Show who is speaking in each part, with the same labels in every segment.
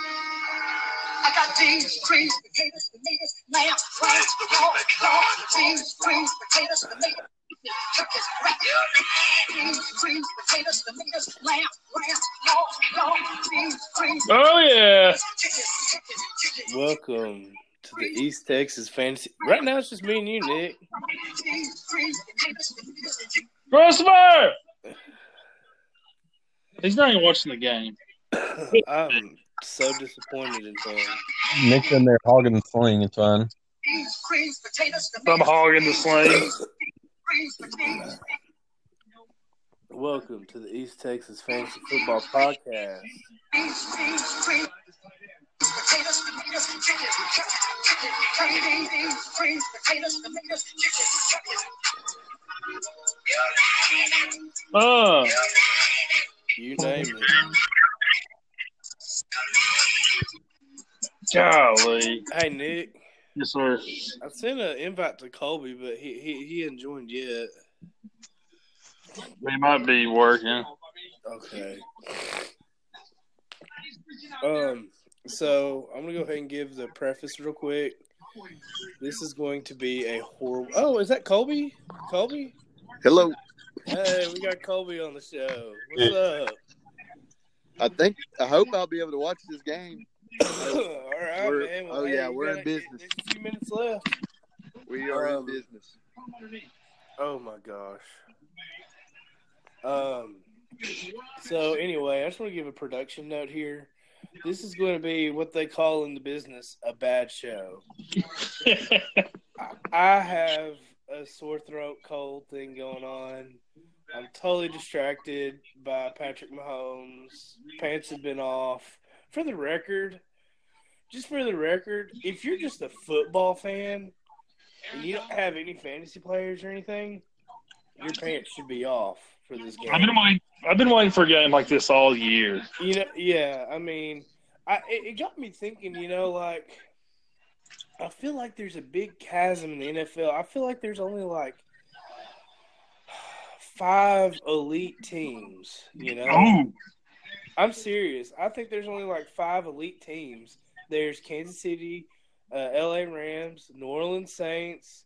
Speaker 1: I got these trees, potatoes, tomatoes, lamb, crabs, pork, lard, these trees, potatoes, tomatoes. Cookies, greens, greens, potatoes, tomatoes, lamb, lamb, long, long, greens, greens,
Speaker 2: Oh yeah.
Speaker 1: chicken, chicken, chicken,
Speaker 3: Welcome to the East Texas Fantasy. Right now, it's just me and you, Nick.
Speaker 1: greens, greens, potatoes, tomatoes, chicken.
Speaker 2: Christopher! He's not even watching the game.
Speaker 3: I'm so disappointed in Tom.
Speaker 4: Nick's in there hogging the sling. It's fine.
Speaker 1: Greens, greens, potatoes,
Speaker 2: I'm
Speaker 1: tomatoes,
Speaker 2: hogging the sling.
Speaker 1: greens, potatoes.
Speaker 3: Welcome to the East Texas Fantasy Football Podcast.
Speaker 1: Beans, beans, greens, potatoes, tomatoes, chicken, chicken, chicken, green beans, beans, greens, potatoes, tomatoes, chicken, chicken.
Speaker 2: Uh,
Speaker 3: You name it.
Speaker 2: golly.
Speaker 3: Hey, Nick.
Speaker 2: Yes, sir.
Speaker 3: I sent an invite to Colby, but he he, he hadn't joined yet.
Speaker 2: We might be working.
Speaker 3: Okay. Um. So I'm gonna go ahead and give the preface real quick. This is going to be a horrible. Oh, is that Colby? Colby?
Speaker 5: Hello.
Speaker 3: Hey, we got Colby on the show. What's up?
Speaker 5: I think I hope I'll be able to watch this game.
Speaker 3: All right,
Speaker 5: We're-
Speaker 3: man.
Speaker 5: oh,
Speaker 3: hey,
Speaker 5: yeah,
Speaker 3: you
Speaker 5: we're in
Speaker 3: got-
Speaker 5: business.
Speaker 3: There's a few minutes left.
Speaker 5: We are
Speaker 3: Um,
Speaker 5: in business.
Speaker 3: Oh my gosh. Um. So anyway, I just want to give a production note here. This is going to be what they call in the business a bad show. I- I have a sore throat cold thing going on. I'm totally distracted by Patrick Mahomes. Pants have been off. For the record, just for the record, if you're just a football fan and you don't have any fantasy players or anything, your pants should be off for this game.
Speaker 2: I've been waiting. I've been waiting for a game like this all year.
Speaker 3: You know, yeah. I mean, I it, it got me thinking. You know, like I feel like there's a big chasm in the NFL. I feel like there's only like five elite teams. You know,
Speaker 2: Oh,
Speaker 3: I'm serious. I think there's only like five elite teams. There's Kansas City, uh, L.A. Rams, New Orleans Saints.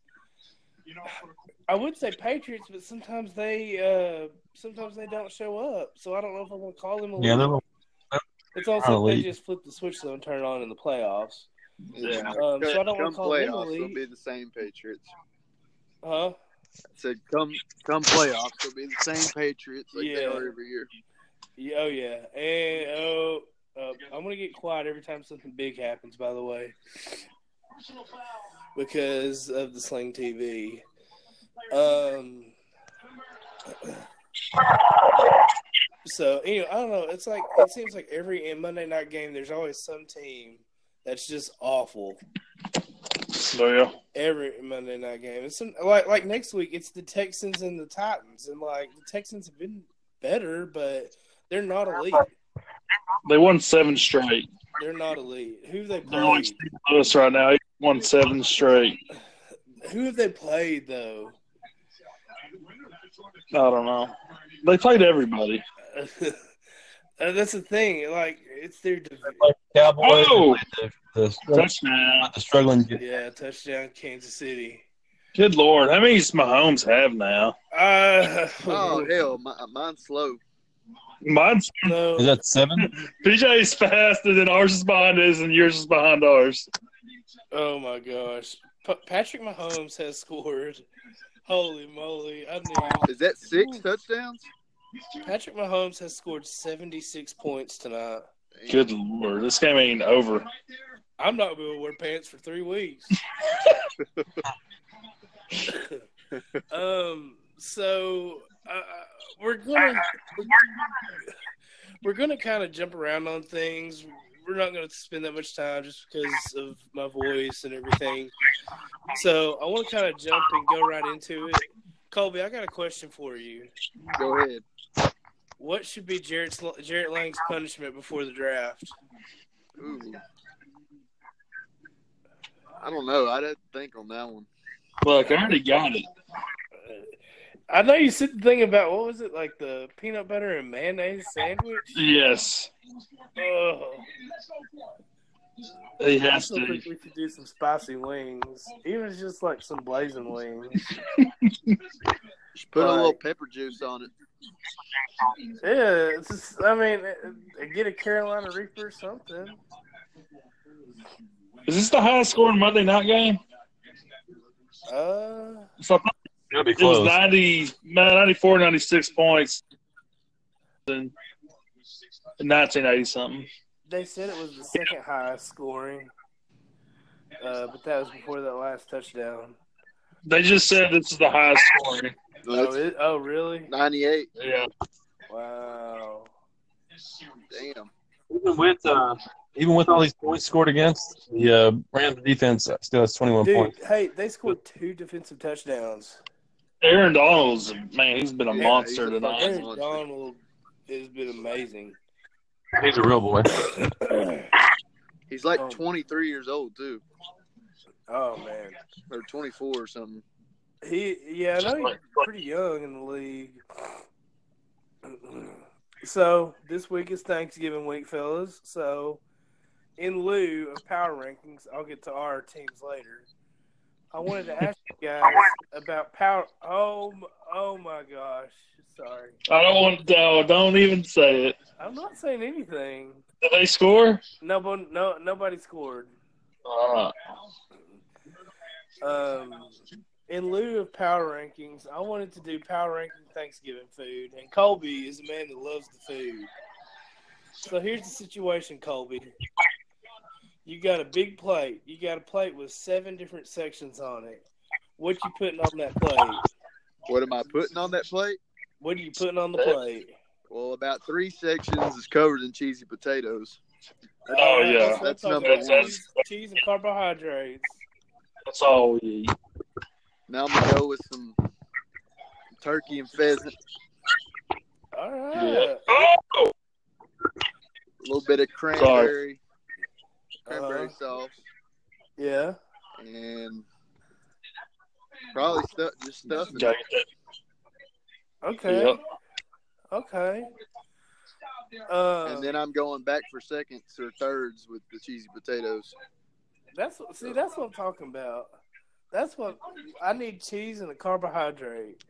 Speaker 3: I would say Patriots, but sometimes they uh, sometimes they don't show up. So I don't know if I want to call them elite.
Speaker 4: Yeah, they're
Speaker 3: It's also if they
Speaker 4: Probably.
Speaker 3: just flip the switch though and turn it on in the playoffs.
Speaker 2: yeah.
Speaker 3: Um, so I don't want
Speaker 5: come
Speaker 3: to call them
Speaker 5: playoffs, we'll
Speaker 3: elite,
Speaker 5: be the same Patriots.
Speaker 3: huh?
Speaker 5: I said, come come playoffs, we'll be the same Patriots like they
Speaker 3: Yeah.
Speaker 5: are every year.
Speaker 3: Yeah, oh yeah, and oh, uh, I'm gonna get quiet every time something big happens. By the way, because of the Sling TV. Um. So anyway, I don't know. It's like it seems like every Monday night game, there's always some team that's just awful.
Speaker 2: yeah.
Speaker 3: every Monday night game. It's some, like like next week. It's the Texans and the Titans, and like the Texans have been better, but they're not elite.
Speaker 2: They won seven straight.
Speaker 3: They're not elite. Who have they
Speaker 2: They're like
Speaker 3: played?
Speaker 2: St. Louis right now. They won seven straight.
Speaker 3: Who have they played though?
Speaker 2: I don't know. They played everybody.
Speaker 3: Uh, that's the thing. Like it's their div-
Speaker 4: like Cowboys.
Speaker 2: Oh!
Speaker 4: The, the, the,
Speaker 2: Touchdown.
Speaker 4: struggling.
Speaker 3: yeah touchdown Kansas City.
Speaker 2: Good lord, how many does Mahomes have now?
Speaker 3: Uh,
Speaker 5: Oh hell, my, mine's slow.
Speaker 2: Mine's
Speaker 3: no.
Speaker 4: Is that seven?
Speaker 2: PJ's faster than ours is behind his, and yours is behind ours.
Speaker 3: Oh my gosh. Pa- Patrick Mahomes has scored. Holy moly! I knew
Speaker 5: Is that six touchdowns?
Speaker 3: Patrick Mahomes has scored seventy six points tonight.
Speaker 5: Damn.
Speaker 2: Good lord, this game ain't over.
Speaker 3: I'm not gonna wear pants for three weeks. um. So uh, we're gonna we're gonna kind of jump around on things. We're not gonna spend that much time just because of my voice and everything. So I want to kind of jump and go right into it. Colby, I got a question for you.
Speaker 5: Go ahead.
Speaker 3: What should be Jarrett's, Jarrett Lang's punishment before the draft?
Speaker 5: Ooh. I don't know. I didn't think on that one.
Speaker 2: Look, I already got it.
Speaker 3: Uh, I know you said the thing about what was it like the peanut butter and mayonnaise sandwich?
Speaker 2: Yes,
Speaker 3: Oh,
Speaker 2: he
Speaker 3: I
Speaker 2: has
Speaker 3: still
Speaker 2: to.
Speaker 3: think we could do some spicy wings, even if it's just like some blazing wings.
Speaker 5: Put a little
Speaker 3: Right.
Speaker 5: pepper juice on it.
Speaker 3: Yeah, it's just, I mean, uh, get a Carolina Reaper or something.
Speaker 2: Is this the highest scoring Monday night game?
Speaker 3: Uh,
Speaker 2: So I thought
Speaker 4: It'll be
Speaker 2: it was 90, 94, 96 points in 1980 something.
Speaker 3: they said it was the second highest scoring, uh, but that was before that last touchdown.
Speaker 2: They just said this is the highest scoring.
Speaker 3: Oh, it, oh really?
Speaker 5: 98.
Speaker 2: Yeah.
Speaker 3: Wow.
Speaker 5: Damn.
Speaker 4: Even with uh, even with all these points scored against the uh, Rams defense, still has 21
Speaker 3: Dude,
Speaker 4: points.
Speaker 3: hey, they scored two defensive touchdowns.
Speaker 2: Aaron Donald's, man, he's been a
Speaker 5: Yeah,
Speaker 2: monster
Speaker 5: he's a
Speaker 2: tonight.
Speaker 5: fucking-
Speaker 3: Aaron Donald has been amazing.
Speaker 4: He's a real boy.
Speaker 5: He's like
Speaker 3: Oh.
Speaker 5: 23 years old, too,
Speaker 3: Oh man,
Speaker 5: or 24 or something.
Speaker 3: he yeah, I know he's pretty young in the league. So this week is Thanksgiving week, fellas. So in lieu of power rankings, I'll get to our teams later. I wanted to ask you guys about power. Oh, m- oh my gosh! Sorry,
Speaker 2: I don't want to, don't even say it.
Speaker 3: I'm not saying anything.
Speaker 2: Did they score?
Speaker 3: Nobody, no, nobody scored.
Speaker 2: Uh,
Speaker 3: um, in lieu of power rankings, I wanted to do power ranking Thanksgiving food, and Colby is a man that loves the food. So here's the situation, Colby. You got a big plate. You got a plate with seven different sections on it. What you putting on that plate?
Speaker 5: What am I putting on that plate?
Speaker 3: What are you putting on the plate?
Speaker 5: Well, about three sections is covered in cheesy potatoes.
Speaker 2: Oh, yeah.
Speaker 5: That's
Speaker 3: Sometimes
Speaker 5: number
Speaker 2: one.
Speaker 3: Cheese, cheese and carbohydrates.
Speaker 2: that's all we eat.
Speaker 5: Now I'm gonna go with some turkey and pheasant,
Speaker 3: All
Speaker 2: Yeah.
Speaker 3: right.
Speaker 2: Oh!
Speaker 5: a little bit of cranberry, cranberry
Speaker 3: Uh-huh.
Speaker 5: sauce,
Speaker 3: Yeah.
Speaker 5: and probably stuff just stuffing.
Speaker 2: Gotta get
Speaker 3: Okay.
Speaker 2: Yep.
Speaker 3: Okay. Uh,
Speaker 5: And then I'm going back for seconds or thirds with the cheesy potatoes.
Speaker 3: That's what, see, that's what I'm talking about. That's what I need cheese and a carbohydrate.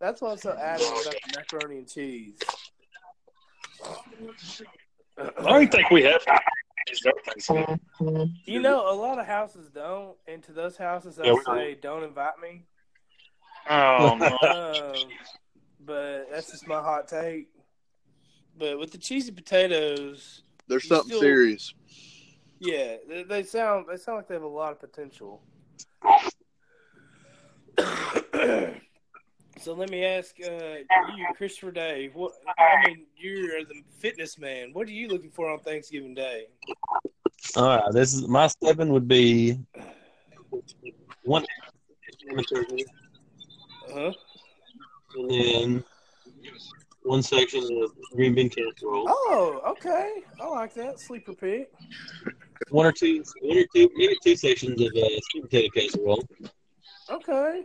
Speaker 3: That's why I'm so adamant about the macaroni and cheese.
Speaker 2: that. I don't think we have. It's their Thanksgiving.
Speaker 3: You know, a lot of houses don't, and to those houses, I
Speaker 4: Yeah, we don't.
Speaker 3: say don't invite me.
Speaker 2: Oh, no.
Speaker 3: Um, but that's just my hot take. But with the cheesy potatoes,
Speaker 5: There's
Speaker 3: You
Speaker 5: something
Speaker 3: still-
Speaker 5: serious.
Speaker 3: yeah, they, they sound they sound like they have a lot of potential. So let me ask uh, you, Christopher Day. What I mean, you're the fitness man. What are you looking for on Thanksgiving Day?
Speaker 4: All right, this is my seven would be one
Speaker 3: Uh-huh.
Speaker 4: and then one section of green bean casserole.
Speaker 3: Oh, okay. I like that sleeper pick.
Speaker 4: One or two, one or two, maybe two sections of uh, sweet potato casserole.
Speaker 3: Okay.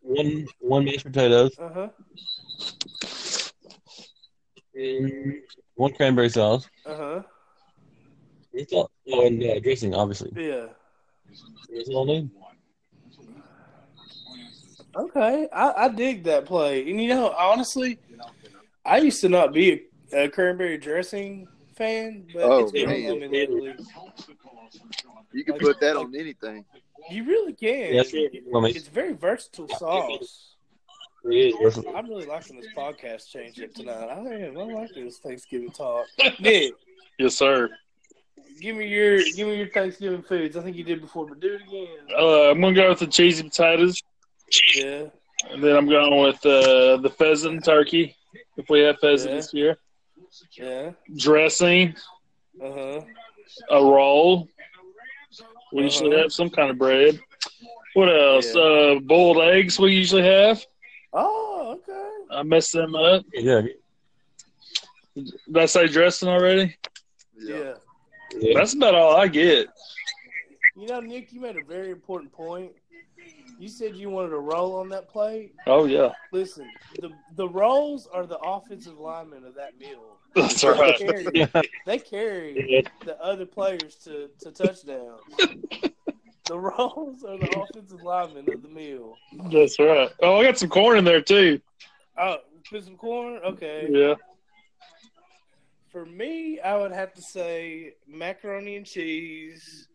Speaker 4: One one mashed potatoes
Speaker 3: Uh huh.
Speaker 4: and Uh, one cranberry sauce.
Speaker 3: Uh huh.
Speaker 4: That's all. Oh, and uh, dressing, obviously.
Speaker 3: Yeah.
Speaker 4: That's all I need.
Speaker 3: Okay. I, I dig that play. And you know, honestly, I used to not be a, a cranberry dressing fan, but
Speaker 5: Oh,
Speaker 3: it's grown
Speaker 5: man.
Speaker 3: on me lately.
Speaker 5: You can put that on anything.
Speaker 3: You really can.
Speaker 4: Yes, sir. Well,
Speaker 3: It's very versatile sauce.
Speaker 4: it is versatile.
Speaker 3: I'm really liking this podcast change up tonight. I am. I like this Thanksgiving talk. Nick,
Speaker 2: yes, sir.
Speaker 3: give me your give me your Thanksgiving foods. I think you did before, but do it again.
Speaker 2: Uh, I'm gonna go with the cheesy potatoes,
Speaker 3: Yeah.
Speaker 2: and then I'm going with uh, the pheasant and turkey if we have pheasant
Speaker 3: Yeah.
Speaker 2: this year.
Speaker 3: Yeah.
Speaker 2: Dressing,
Speaker 3: Uh huh.
Speaker 2: a roll. We usually
Speaker 3: Uh-huh.
Speaker 2: have some kind of bread. What else?
Speaker 3: Yeah.
Speaker 2: Uh, boiled eggs. We usually have.
Speaker 3: Oh, okay.
Speaker 2: I messed them up.
Speaker 4: Yeah.
Speaker 2: Did I say dressing already?
Speaker 5: Yeah.
Speaker 3: yeah.
Speaker 4: yeah.
Speaker 2: That's about all I get.
Speaker 3: You know, Nick, you made a very important point. You said you wanted a roll on that play.
Speaker 2: Oh yeah,
Speaker 3: Listen, the the rolls are the offensive linemen of that meal.
Speaker 2: that's
Speaker 3: They
Speaker 2: right.
Speaker 3: carry,
Speaker 4: Yeah.
Speaker 3: they carry the other players to, to touchdowns. the rolls are the offensive linemen of the meal.
Speaker 2: That's right. Oh, I got some corn in there too.
Speaker 3: Oh, put some corn? Okay.
Speaker 2: Yeah.
Speaker 3: For me, I would have to say macaroni and cheese.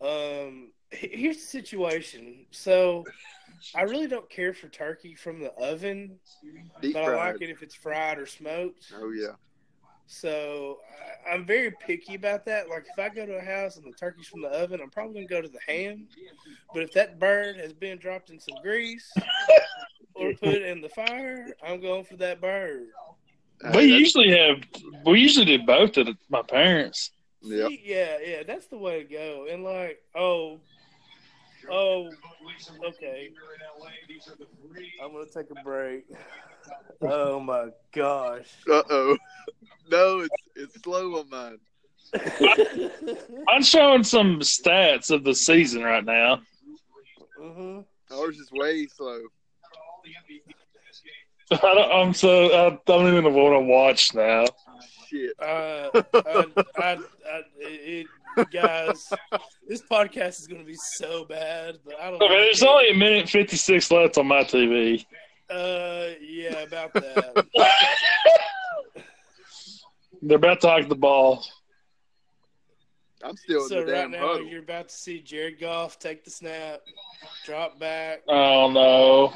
Speaker 3: Um, he- here's the situation. So, I really don't care for turkey from the oven,
Speaker 5: Deep
Speaker 3: but I
Speaker 5: fried.
Speaker 3: like it if it's fried or smoked.
Speaker 5: Oh yeah.
Speaker 3: So, I, I'm very picky about that. Like, if I go to a house and the turkey's from the oven, I'm probably gonna go to the ham. But if that bird has been dropped in some grease or put in the fire, I'm going for that bird.
Speaker 5: Hey,
Speaker 2: We
Speaker 5: that's-
Speaker 2: usually have we usually do both at my parents.
Speaker 5: Yep.
Speaker 3: See, yeah, yeah, that's the way to go. And like, oh, oh, okay. I'm gonna take a break. Oh my gosh.
Speaker 5: Uh oh. No, it's it's slow on mine.
Speaker 3: mm-hmm.
Speaker 2: I'm showing some stats of the season right now.
Speaker 3: Mm-hmm.
Speaker 5: Ours is way slow.
Speaker 2: I don't, I'm so I don't even want to watch now.
Speaker 5: Shit.
Speaker 3: Uh, I, I, I, it, guys, this podcast is gonna be so bad, but I don't.
Speaker 2: Okay, there's
Speaker 3: care.
Speaker 2: only a minute fifty six left on my TV.
Speaker 3: Uh, yeah, about that.
Speaker 2: They're about to hike the ball.
Speaker 5: I'm still in
Speaker 3: so
Speaker 5: the
Speaker 3: right
Speaker 5: damn
Speaker 3: now
Speaker 5: huddle.
Speaker 3: you're about to see Jared Goff take the snap, drop back.
Speaker 2: Oh no!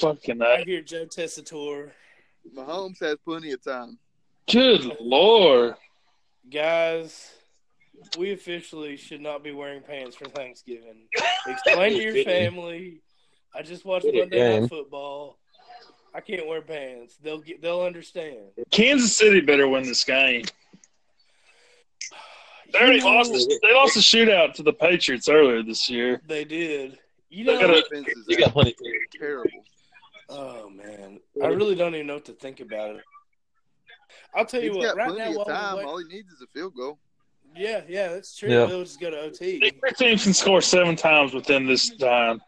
Speaker 2: Fucking
Speaker 3: I
Speaker 2: that.
Speaker 3: hear Joe Tessitore.
Speaker 5: Mahomes has plenty of time.
Speaker 2: Good lord!
Speaker 3: Guys, we officially should not be wearing pants for Thanksgiving. Explain to your family. I just watched
Speaker 4: Good
Speaker 3: Monday
Speaker 4: game.
Speaker 3: Night Football. I can't wear pants. They'll get. They'll understand.
Speaker 2: Kansas City better win this game. They already lost. They lost a shootout to the Patriots earlier this year.
Speaker 3: They did. You
Speaker 2: They
Speaker 3: know.
Speaker 2: gotta-
Speaker 5: Defense is
Speaker 4: You got plenty.
Speaker 5: terrible.
Speaker 3: Oh man, I really don't even know what to think about it. I'll tell
Speaker 5: He's
Speaker 3: you what.
Speaker 5: got
Speaker 3: Right now,
Speaker 5: plenty of
Speaker 3: while
Speaker 5: time.
Speaker 3: we wait-
Speaker 5: All he needs is a field goal.
Speaker 3: yeah, yeah, that's true.
Speaker 4: Yeah.
Speaker 3: They'll just go to OT.
Speaker 2: Their teams can score seven times within this time.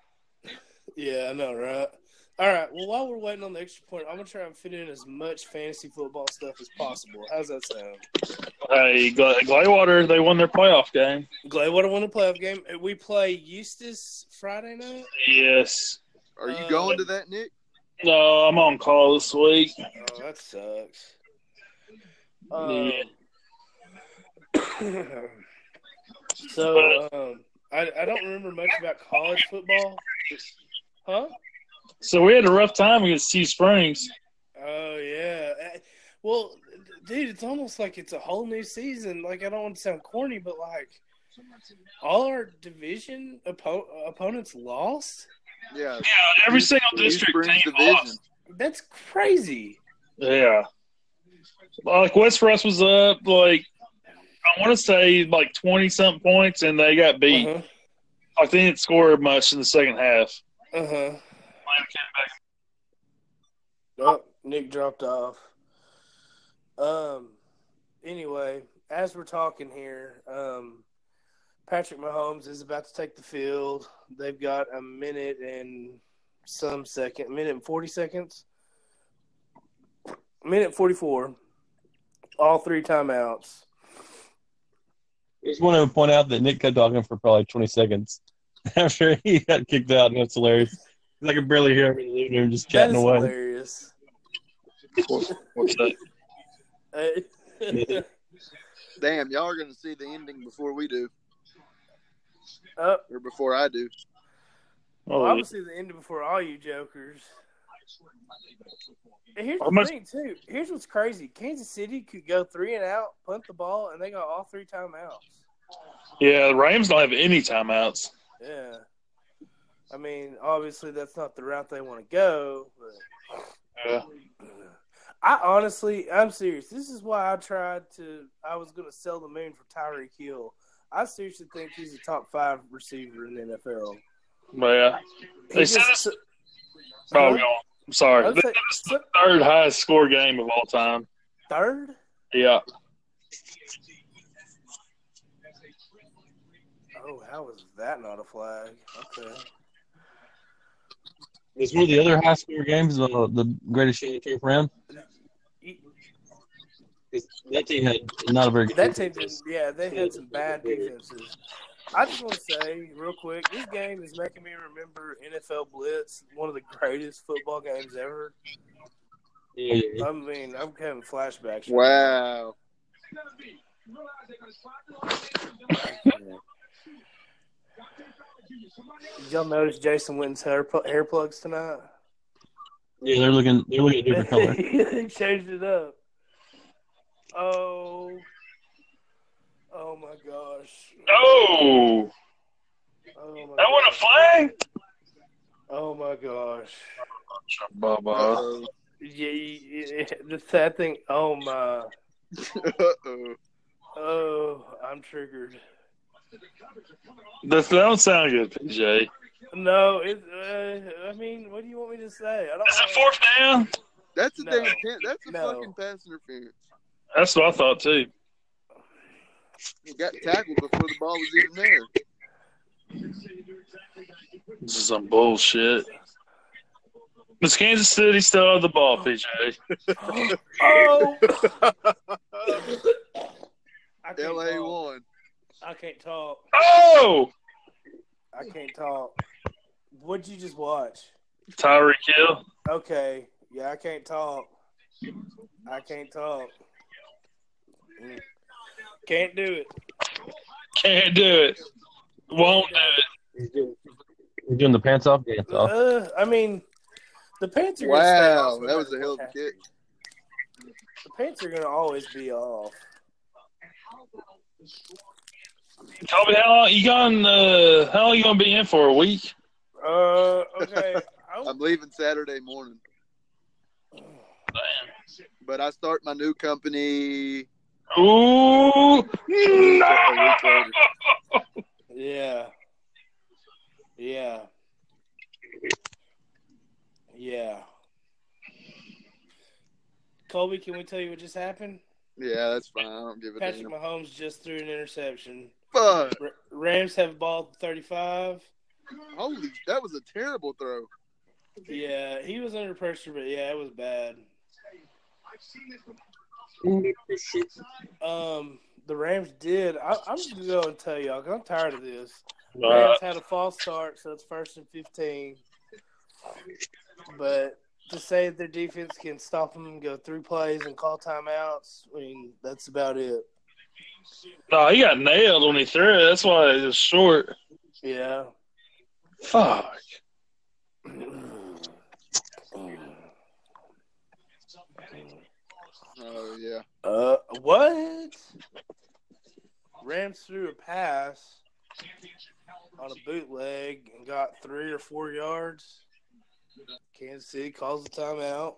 Speaker 3: Yeah, I know, right? All right. Well, while we're waiting on the extra point, I'm gonna try and fit in as much fantasy football stuff as possible. How's that sound?
Speaker 2: Hey, Gla- Glaywater, they won their playoff game.
Speaker 3: Glad what I won the playoff game. Uh, We play Eustis Friday night.
Speaker 2: Yes.
Speaker 5: Are you
Speaker 3: Uh,
Speaker 5: going to that, Nick?
Speaker 2: No, I'm on call this week.
Speaker 3: Oh, that sucks. Uh,
Speaker 2: Yeah.
Speaker 3: Um, so um, I I don't remember much about college football. Huh?
Speaker 2: So we had a rough time against Sea Springs.
Speaker 3: Oh yeah. Uh, Well, dude, it's almost like it's a whole new season. Like I don't want to sound corny, but like all our division oppo- opponents lost.
Speaker 5: Yeah.
Speaker 2: Yeah, every single district
Speaker 5: Springs
Speaker 2: team lost.
Speaker 3: That's crazy.
Speaker 2: Yeah. Like West Russ was up like I want to say like twenty something points, and they got beat.
Speaker 3: Uh
Speaker 2: Like they didn't score much in the second half.
Speaker 3: huh. Uh-huh.
Speaker 2: Atlanta came back
Speaker 3: Oh, Nick dropped off. Um. Anyway, as we're talking here, um, Patrick Mahomes is about to take the field. They've got a minute and some second, minute and forty seconds, minute forty four. All three timeouts.
Speaker 4: Just want to point out that Nick kept talking for probably 20 seconds after he got kicked out, and that's hilarious. 'Cause I could barely hear him in the living room just
Speaker 3: That
Speaker 4: chatting
Speaker 3: is
Speaker 4: away.
Speaker 3: hilarious.
Speaker 2: What's that?
Speaker 3: Uh,
Speaker 5: Damn, y'all are going to see the ending before we do,
Speaker 3: oh,
Speaker 5: or before I do.
Speaker 2: Oh,
Speaker 3: Well, obviously, the end before all you jokers. And here's
Speaker 2: How
Speaker 3: the
Speaker 2: much-
Speaker 3: thing, too. Here's what's crazy: Kansas City could go three and out, punt the ball, and they got all three timeouts.
Speaker 2: yeah, the Rams don't have any timeouts.
Speaker 3: Yeah, I mean, obviously, that's not the route they want to go.
Speaker 2: Yeah.
Speaker 3: But I honestly, I'm serious. This is why I tried to. I was going to sell the moon for Tyreek Hill. I seriously think he's a top five receiver in the NFL.
Speaker 2: But yeah,
Speaker 3: He
Speaker 2: They said Oh,
Speaker 3: just-
Speaker 2: probably
Speaker 3: Huh?
Speaker 2: going. I'm sorry.
Speaker 3: I would
Speaker 2: This
Speaker 3: say-
Speaker 2: is the third highest score game of all time.
Speaker 3: third.
Speaker 2: Yeah.
Speaker 3: Oh, how was that not a flag? Okay.
Speaker 4: It's one of the other high score games, uh, the greatest championship round. That team had not a very good
Speaker 3: That team, didn't- yeah, they had some bad defenses. I just want to say real quick, this game is making me remember NFL Blitz, one of the greatest football games ever.
Speaker 4: Yeah, yeah.
Speaker 3: I mean, I'm having flashbacks.
Speaker 5: Wow.
Speaker 3: Did y'all notice Jason Witten's hair, pl- hair plugs tonight?
Speaker 4: Yeah, they're looking they're looking at different color.
Speaker 3: he changed it up. Oh, oh my gosh.
Speaker 2: Oh,
Speaker 3: Oh my
Speaker 2: that wasn't a
Speaker 3: gosh.
Speaker 2: flag.
Speaker 3: Oh my gosh.
Speaker 2: Bubba.
Speaker 5: Uh-oh.
Speaker 3: Um, Yeah, yeah, yeah, that thing. Oh my.
Speaker 5: Uh-oh.
Speaker 3: Oh, I'm triggered.
Speaker 2: That don't sound good, PJ. Is
Speaker 3: No, it, uh, I mean, what do you want me to say? I don't.
Speaker 2: it fourth down?
Speaker 5: That's a
Speaker 3: No.
Speaker 5: damn damn. That's a
Speaker 3: No.
Speaker 5: fucking pass interference.
Speaker 2: That's what I thought too.
Speaker 5: He got tackled before the ball was even there.
Speaker 2: This is some bullshit. Does Kansas City still have the ball, PJ?
Speaker 3: Oh. I can't
Speaker 5: LA
Speaker 3: talk.
Speaker 5: won.
Speaker 3: I can't talk.
Speaker 2: Oh,
Speaker 3: I can't talk. What'd you just watch?
Speaker 2: Tyreek Hill.
Speaker 3: Okay. Yeah, I can't talk. I can't talk. Mm. Can't do it.
Speaker 2: Can't do it. Won't do it.
Speaker 4: He's doing, he's doing the pants off, pants off.
Speaker 3: Uh, I mean, the Pants are gonna stay
Speaker 5: Wow,
Speaker 3: off no
Speaker 5: that was
Speaker 3: matter
Speaker 5: a hell of
Speaker 3: what
Speaker 5: a
Speaker 3: happens.
Speaker 5: kick.
Speaker 3: The Pants are going to always be off.
Speaker 2: Kobe, how long you going? Uh, how long you gonna be in for a week?
Speaker 3: Uh, okay. I,
Speaker 5: I'm leaving Saturday morning, but I start my new company.
Speaker 2: Ooh, no!
Speaker 5: week later.
Speaker 3: yeah. Yeah. Yeah. Colby, can we tell you what just happened?
Speaker 5: Yeah, that's fine. I don't give a
Speaker 3: Patrick
Speaker 5: damn.
Speaker 3: Mahomes just threw an interception.
Speaker 5: Fuck.
Speaker 3: R- Rams have ball 35.
Speaker 5: Holy, that was a terrible throw.
Speaker 3: Yeah, he was under pressure, but yeah, it was bad. Um, the Rams did. I, I'm just gonna go and tell y'all. 'cause I'm tired of this.
Speaker 2: Uh,
Speaker 3: Rams had a false start, so it's first and fifteen. But to say their defense can stop them and go three plays and call timeouts, I mean that's about it.
Speaker 2: no, he got nailed when he threw it. That's why it was short.
Speaker 3: Yeah.
Speaker 2: Fuck.
Speaker 5: Oh yeah.
Speaker 3: Uh, what? Rams threw a pass on a bootleg and got three or four yards. Kansas City calls the timeout.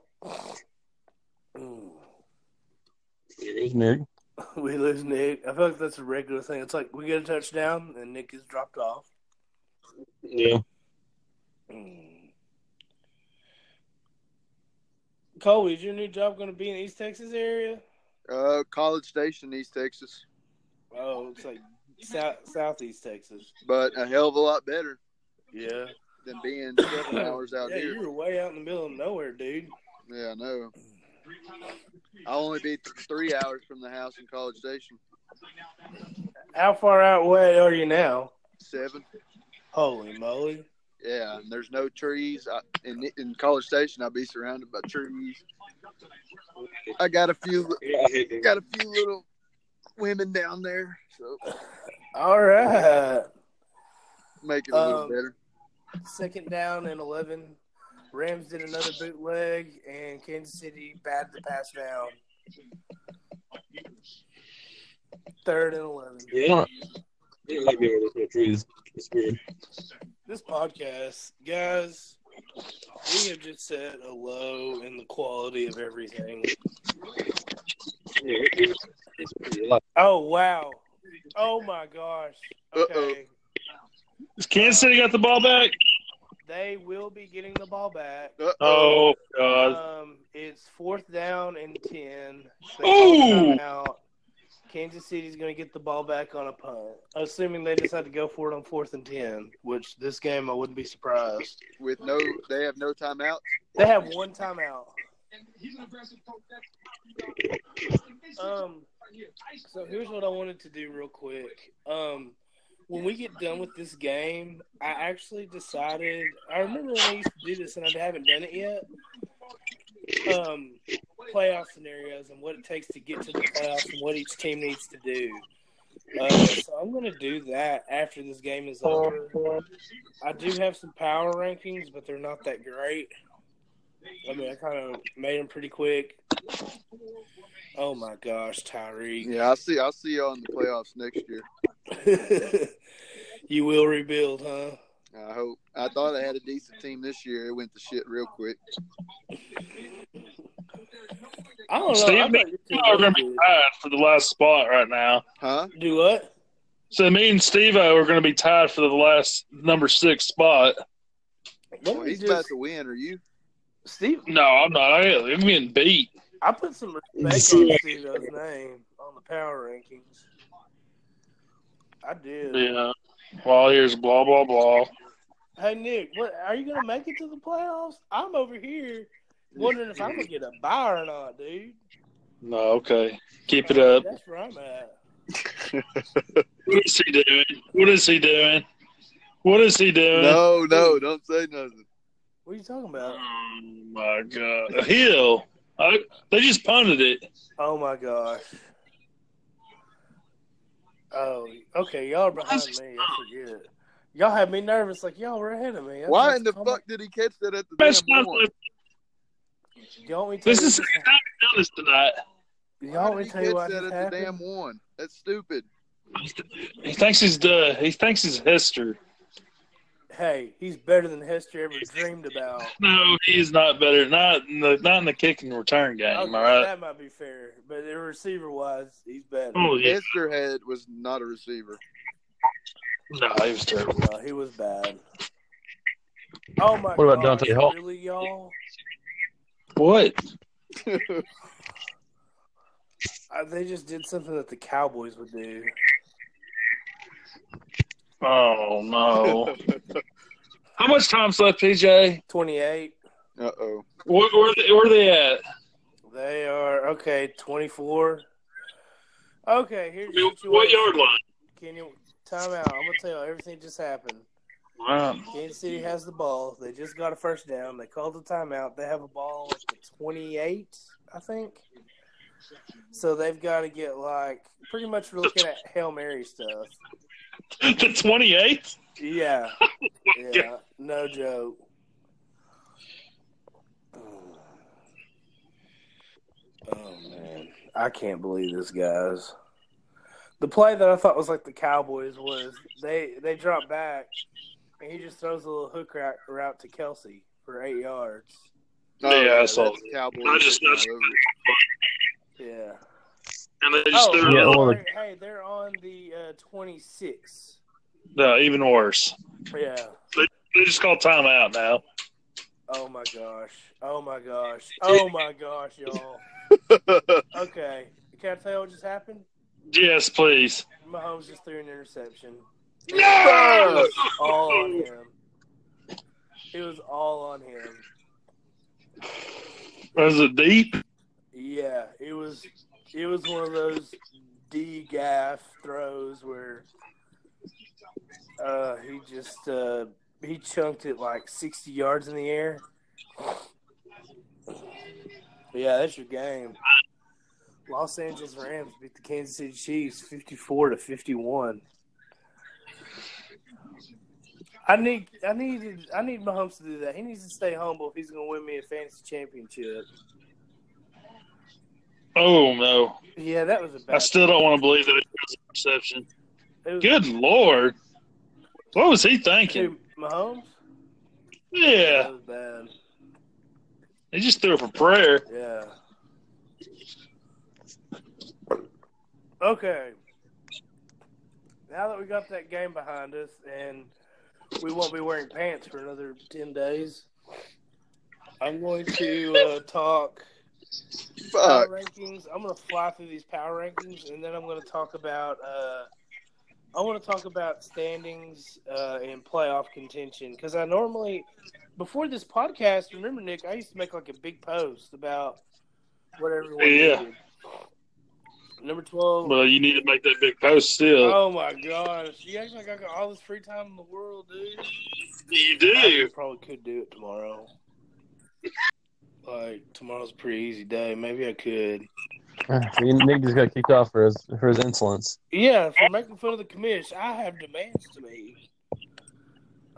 Speaker 3: Hmm.
Speaker 4: Here's Nick.
Speaker 3: we lose Nick. I feel like that's a regular thing. It's like we get a touchdown and Nick is dropped off.
Speaker 4: Yeah.
Speaker 3: Hmm. Cole, is your new job going to be in East Texas area?
Speaker 5: Uh, College Station, East Texas,
Speaker 3: Oh, it's like south, southeast Texas.
Speaker 5: but a hell of a lot better
Speaker 3: Yeah.
Speaker 5: than being seven hours out
Speaker 3: yeah,
Speaker 5: here.
Speaker 3: you were way out in the middle of nowhere, dude.
Speaker 5: Yeah, I know. I'll only be th- three hours from the house in College Station.
Speaker 3: How far out way are you now?
Speaker 5: Seven.
Speaker 3: Holy moly.
Speaker 5: Yeah, and there's no trees. I, in in College Station, I'll be surrounded by trees. I got a few. Got a few little women down there, so
Speaker 3: All right.
Speaker 5: make it a little
Speaker 3: Um,
Speaker 5: better.
Speaker 3: Second down and 11. Rams did another bootleg, and Kansas City batted the pass down. Third and 11.
Speaker 4: Yeah, I don't, I don't like being with no trees. It's weird.
Speaker 3: This podcast, guys, we have just set a low in the quality of everything.
Speaker 4: Yeah, it's, it's pretty loud.
Speaker 3: Oh, wow. Oh, my gosh. Okay.
Speaker 5: Uh-oh.
Speaker 2: Is Kansas City got the ball back?
Speaker 3: They will be getting the ball back.
Speaker 5: Uh
Speaker 2: Oh God.
Speaker 3: Um, it's fourth down and ten. They
Speaker 2: Ooh.
Speaker 3: Out. Kansas City's going to get the ball back on a punt, assuming they decide to go for it on fourth and ten, which this game I wouldn't be surprised.
Speaker 5: with no, they have no timeout.
Speaker 3: They have one timeout. Um, so here's what I wanted to do real quick. Um, when we get done with this game, I actually decided. I remember when I used to do this, and I haven't done it yet. Um, playoff scenarios and what it takes to get to the playoffs and what each team needs to do. Uh, so I'm gonna do that after this game is over. I do have some power rankings, but they're not that great. I mean, I kind of made them pretty quick. Oh my gosh, Tyreek.
Speaker 5: Yeah, I'll see. I'll see y'all in the playoffs next year.
Speaker 3: you will rebuild, huh?
Speaker 5: I hope. I thought I had a decent team this year. It went to shit real quick.
Speaker 3: I don't know.
Speaker 2: Steve,
Speaker 3: I thought your team
Speaker 2: are
Speaker 3: was
Speaker 2: going to Oh, be
Speaker 3: good.
Speaker 2: tied for the last spot right now.
Speaker 5: Huh?
Speaker 3: Do what?
Speaker 2: So me and Steve O are going to be tied for the last number six spot.
Speaker 3: Let
Speaker 5: Well,
Speaker 3: me
Speaker 5: he's
Speaker 3: just-
Speaker 5: about to win. Are you?
Speaker 3: Steve,
Speaker 2: No, I'm not. I, I'm getting beat.
Speaker 3: I put some respect on Steve O's name on the power rankings. I did.
Speaker 2: Yeah. Well, here's blah blah blah.
Speaker 3: Hey Nick, what are you gonna make it to the playoffs? I'm over here wondering if I'm gonna get a buy or not, dude.
Speaker 2: No, okay. Keep it up.
Speaker 3: That's where I'm at.
Speaker 2: What is he doing? What is he doing? What is he doing?
Speaker 5: No, no, don't say nothing.
Speaker 3: What are you talking about?
Speaker 2: Oh my god, a heel! I, they just punted it.
Speaker 3: Oh my gosh. Oh, okay. Y'all are behind me. I forget. Y'all had me nervous. Like y'all were ahead of me. That's
Speaker 5: Why
Speaker 3: what's
Speaker 5: in the
Speaker 3: on
Speaker 5: fuck did he catch that at the
Speaker 2: This is
Speaker 5: damn one?
Speaker 3: my- Y'all want me to tell
Speaker 2: this
Speaker 3: you-
Speaker 2: is I've done this tonight.
Speaker 5: Why
Speaker 3: Y'all want
Speaker 5: did
Speaker 3: me
Speaker 5: he
Speaker 3: to tell you
Speaker 5: catch
Speaker 3: why
Speaker 5: that
Speaker 3: this
Speaker 5: at the damn
Speaker 3: happened?
Speaker 5: one? That's stupid.
Speaker 2: He thinks he's the he thinks he's Hester.
Speaker 3: Hey, he's better than Hester ever dreamed about.
Speaker 2: No, he's not better. Not in the not in the kick and return game.
Speaker 3: Okay,
Speaker 2: all right.
Speaker 3: That might be fair, but the receiver wise, he's better.
Speaker 2: Oh yeah.
Speaker 5: Esther Head was not a receiver.
Speaker 2: No, he was terrible.
Speaker 3: No, he was bad. Oh my
Speaker 4: What about
Speaker 3: gosh,
Speaker 4: Dante Hall?
Speaker 3: Really, y'all?
Speaker 2: What?
Speaker 3: Uh, they just did something that the Cowboys would do.
Speaker 2: Oh no. How much time's left, PJ?
Speaker 3: Twenty-eight.
Speaker 5: Uh oh.
Speaker 2: Where, where, they- where they at?
Speaker 3: They are okay. Twenty-four. Okay, here's the situation.
Speaker 2: What yard line?
Speaker 3: Can you time out? I'm gonna tell you everything just happened.
Speaker 2: Wow.
Speaker 3: Kansas City has the ball. They just got a first down. They called the timeout. They have a ball at the 28, I think. So they've got to get like pretty much we're looking at Hail Mary stuff.
Speaker 2: the twenty eighth.
Speaker 3: Yeah. Yeah. No joke. Oh, man. I can't believe this, guys. The play that I thought was like the Cowboys was they, they drop back and he just throws a little hook route, route to Kelsey for eight yards.
Speaker 5: Oh,
Speaker 2: Yeah, I saw
Speaker 5: that's
Speaker 2: it.
Speaker 5: Cowboys.
Speaker 2: I just-
Speaker 5: taking all over.
Speaker 3: Yeah.
Speaker 2: And they just
Speaker 3: oh,
Speaker 2: threw
Speaker 4: yeah.
Speaker 2: it.
Speaker 4: well,
Speaker 3: sorry. hey, they're on the uh, 26.
Speaker 2: No, even worse.
Speaker 3: Yeah.
Speaker 2: They just called timeout now.
Speaker 3: Oh my gosh. Oh my gosh. Oh my gosh, y'all. Okay. Can I tell you what just happened?
Speaker 2: Yes, please.
Speaker 3: Mahomes just threw an interception.
Speaker 5: Oh,
Speaker 2: No!
Speaker 3: All on him. It was all on him.
Speaker 2: Was it deep?
Speaker 3: Yeah, it was. It was one of those D gaff throws where uh, he just uh, he chunked it like sixty yards in the air. Yeah, that's your game. Los Angeles Rams beat the Kansas City Chiefs fifty-four to fifty-one. I need, I needed, I need Mahomes to do that. He needs to stay humble if he's going to win me a fantasy championship.
Speaker 2: Oh no!
Speaker 3: Yeah, that was a bad.
Speaker 2: I still don't want to believe that it was a interception.
Speaker 3: it was-
Speaker 2: Good lord, what was he thinking?
Speaker 3: Who, Mahomes?
Speaker 2: Yeah,
Speaker 3: That was bad.
Speaker 2: he just threw it for prayer.
Speaker 3: Yeah. Okay. Now that we got that game behind us and we won't be wearing pants for another 10 days, I'm going to uh, talk
Speaker 5: Fuck.
Speaker 3: power rankings. I'm gonna fly through these power rankings, and then I'm gonna talk about. Uh, I want to talk about standings uh, and playoff contention because I normally, before this podcast, remember Nick, I used to make like a big post about what everyone
Speaker 2: Yeah.
Speaker 3: did. Number twelve.
Speaker 2: Well, you need to make that big post still.
Speaker 3: Oh my gosh! You act like I got all this free time in the world, dude. I
Speaker 2: you do.
Speaker 3: probably could do it tomorrow. Like tomorrow's a pretty easy day. Maybe I could.
Speaker 4: Nick just got kicked off for his for his insolence.
Speaker 3: Yeah, for making fun of the commish, I have demands to make.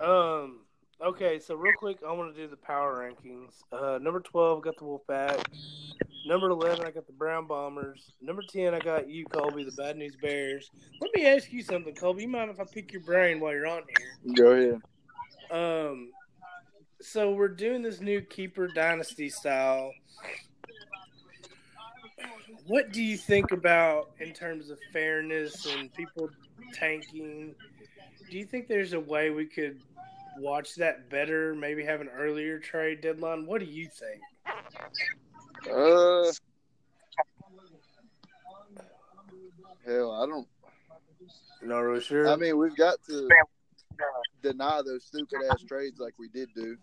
Speaker 3: Um. Okay, so real quick, I want to do the power rankings. Uh, number twelve, I got the Wolfpack. Number eleven, I got the Brown Bombers. Number ten, I got you, Colby, the Bad News Bears. Let me ask you something, Colby. You mind if I pick your brain while you're on here?
Speaker 5: Go ahead.
Speaker 3: Um, so we're doing this new keeper dynasty style. What do you think about in terms of fairness and people tanking? Do you think there's a way we could watch that better? Maybe have an earlier trade deadline. What do you think?
Speaker 5: Uh, hell, I don't.
Speaker 3: Not really sure.
Speaker 5: I mean, we've got to deny those stupid ass trades like we did do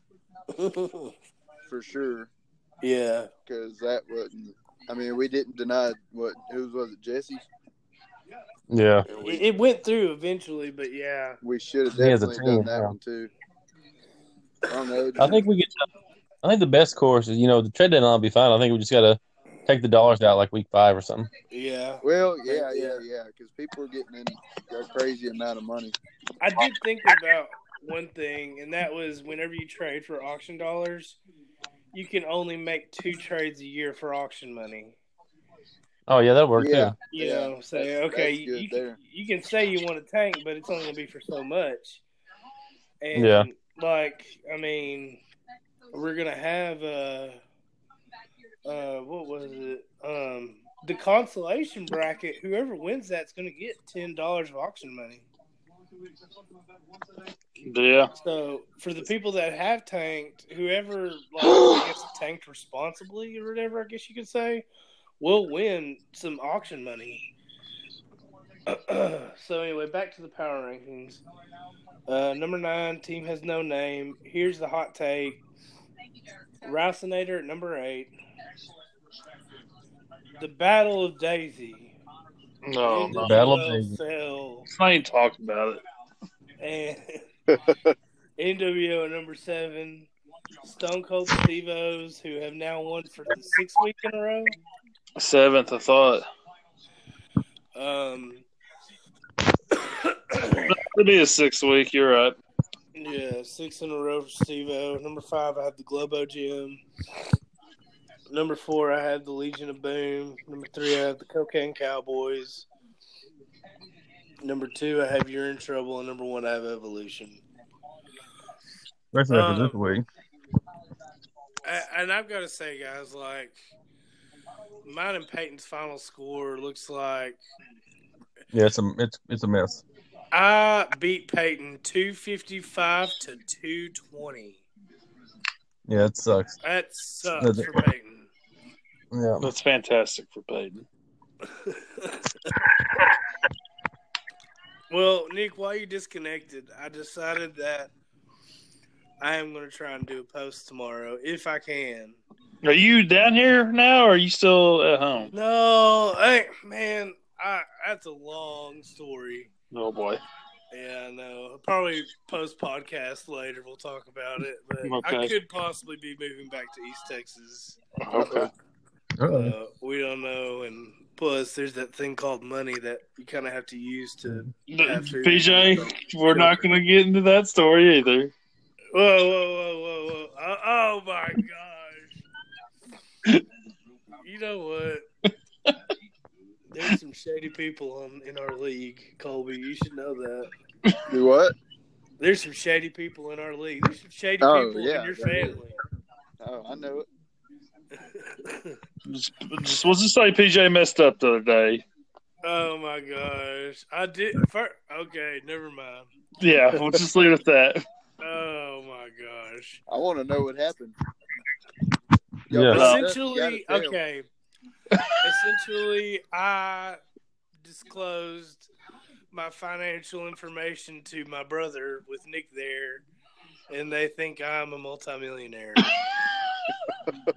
Speaker 5: for sure.
Speaker 3: yeah,
Speaker 5: Because that wasn't. I mean, we didn't deny what whose was it, Jesse?
Speaker 4: Yeah.
Speaker 3: it, it went through eventually, but yeah,
Speaker 5: We should have
Speaker 4: He has a
Speaker 5: definitely
Speaker 4: team,
Speaker 5: done that
Speaker 4: yeah.
Speaker 5: one too. I don't know.
Speaker 4: I think we get. I think the best course is you know the trade deadline will be fine. I think we just gotta take the dollars out like week five or something.
Speaker 3: yeah.
Speaker 5: Well, yeah, yeah, yeah. Because people are getting in a crazy amount of money.
Speaker 3: I did think about one thing, and that was whenever you trade for auction dollars, you can only make two trades a year for auction money.
Speaker 4: Oh yeah, that'll work
Speaker 5: Yeah.
Speaker 4: too.
Speaker 3: You
Speaker 5: Yeah,
Speaker 3: know, so
Speaker 5: that's-
Speaker 3: okay,
Speaker 5: that's
Speaker 3: you,
Speaker 5: good
Speaker 3: you,
Speaker 5: there.
Speaker 3: can, you can say you want to tank, but it's only gonna be for so much. And
Speaker 4: Yeah.
Speaker 3: like, I mean, we're gonna have uh, uh, what was it? Um, the consolation bracket. Whoever wins that's gonna get ten dollars of auction money.
Speaker 2: Yeah.
Speaker 3: So for the people that have tanked, whoever like I guess tanked responsibly or whatever, I guess you could say, will win some auction money. so anyway, back to the power rankings. Uh, number nine team has no name. Here's the hot take: Racinator at number eight. The Battle of Daisy.
Speaker 2: No, no.
Speaker 4: Oh, Battle of
Speaker 3: NWO
Speaker 4: Daisy.
Speaker 3: fell
Speaker 2: I ain't talking about it.
Speaker 3: and NWO at number seven, Stone Cold Steve O's, who have now won for the sixth week in a row.
Speaker 2: Seventh, I thought.
Speaker 3: Um,
Speaker 2: It is sixth week. You're right.
Speaker 3: yeah, six in a row for Steve O. Number five, I had the Globo Gym. Number four, I had the Legion of Boom. Number three, I had the Cocaine Cowboys. Number two, I have You're in Trouble. And number one, I have Evolution.
Speaker 4: Rest
Speaker 3: of it for this
Speaker 4: week.
Speaker 3: A- and I've got to say, guys, like mine and Peyton's final score looks like
Speaker 4: Yeah, it's a it's it's a mess.
Speaker 3: I beat Peyton two fifty five to two twenty.
Speaker 4: Yeah, it sucks.
Speaker 3: That sucks for Peyton.
Speaker 4: Yeah.
Speaker 2: That's fantastic for Peyton.
Speaker 3: well, Nick, while you disconnected, I decided that I am going to try and do a post tomorrow if I can.
Speaker 2: Are you down here now, or are you still at home?
Speaker 3: No, hey, man, I, that's a long story.
Speaker 2: Oh boy.
Speaker 3: Yeah, I know. Probably post podcast later. We'll talk about it. But I
Speaker 2: Okay.
Speaker 3: could possibly be moving back to East Texas.
Speaker 2: Okay.
Speaker 4: Uh-oh.
Speaker 3: Uh, we don't know. And plus, there's that thing called money that you kind of have to use to. have food.
Speaker 2: PJ, we're not going to get into that story either.
Speaker 3: Whoa, whoa, whoa, whoa, whoa! Oh, oh my gosh! You know what? There's some shady people on, in our league, Colby. You should know that.
Speaker 5: Do what?
Speaker 3: There's some shady people in our league. There's some shady
Speaker 5: Oh,
Speaker 3: people
Speaker 5: yeah,
Speaker 3: in your
Speaker 5: there is.
Speaker 3: family.
Speaker 5: Oh, I know it.
Speaker 2: Just, just what's it say? PJ messed up the other day.
Speaker 3: oh my gosh! I did. First, okay, never mind.
Speaker 2: Yeah, we'll just leave it at that.
Speaker 3: Oh my gosh!
Speaker 5: I want to know what happened. Y'all
Speaker 4: Yeah.
Speaker 5: got it.
Speaker 3: Essentially,
Speaker 5: Got it.
Speaker 3: okay. Essentially, I disclosed my financial information to my brother with Nick there, and they think I'm a multimillionaire.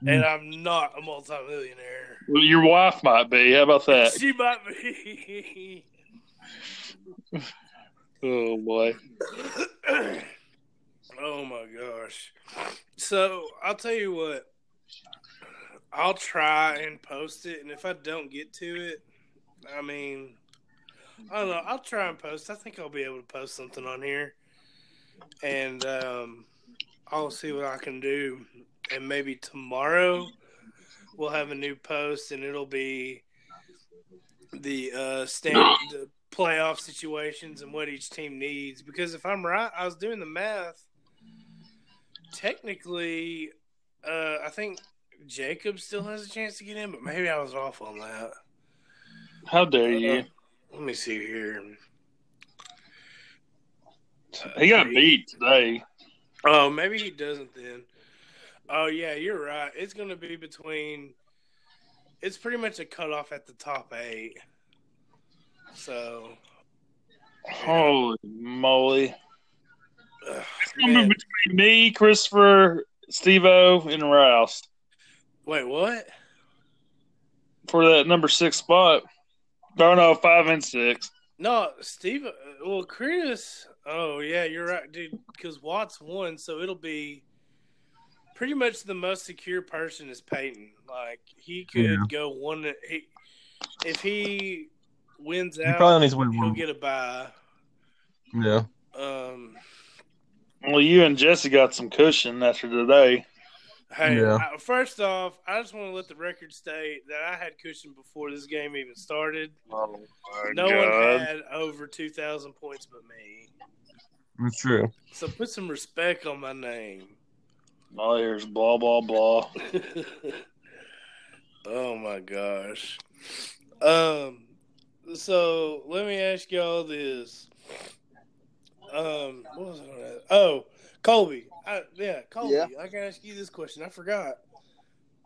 Speaker 3: and I'm not a multimillionaire.
Speaker 2: Well, your wife might be. How about that?
Speaker 3: She might be.
Speaker 2: Oh boy.
Speaker 3: oh my gosh. So I'll tell you what. I'll try and post it, and if I don't get to it, I mean, I don't know. I'll try and post. I think I'll be able to post something on here, and um, I'll see what I can do. And maybe tomorrow we'll have a new post, and it'll be the uh, stand the playoff situations and what each team needs. Because if I'm right, I was doing the math. Technically, uh, I think Jacob still has a chance to get in, but maybe I was off on that.
Speaker 2: How dare you?
Speaker 3: Let me see here.
Speaker 2: He got beat today.
Speaker 3: Oh, maybe he doesn't then. Oh yeah, you're right. It's gonna be between. It's pretty much a cutoff at the top eight. So,
Speaker 2: Holy moly.
Speaker 3: ugh,
Speaker 2: Coming
Speaker 3: man.
Speaker 2: between me, Christopher, Steve O, and Rouse
Speaker 3: wait, what?
Speaker 2: for that number six spot. Or no, five and six.
Speaker 3: No, Steve. uh, Well, Chris. Oh yeah, you're right, dude. Because Watts won, so it'll be pretty much the most secure person is Peyton. Like he could
Speaker 4: Yeah.
Speaker 3: go one. He, if he wins
Speaker 4: He
Speaker 3: out,
Speaker 4: probably needs to win
Speaker 3: he'll
Speaker 4: one.
Speaker 3: get a bye.
Speaker 4: Yeah.
Speaker 3: Um,
Speaker 2: Well, you and Jesse got some cushion after today.
Speaker 3: hey,
Speaker 4: Yeah.
Speaker 3: I- first off, I just want to let the record state that I had cushion before this game even started.
Speaker 2: Oh my
Speaker 3: No
Speaker 2: god.
Speaker 3: one had over two thousand points but me.
Speaker 4: That's true.
Speaker 3: So put some respect on my name.
Speaker 2: All I hear is blah blah blah.
Speaker 3: oh my gosh. Um so let me ask y'all this. Um what was I gonna ask? Oh, Colby. I, yeah, Colby,
Speaker 5: Yeah.
Speaker 3: I gotta ask you this question. I forgot.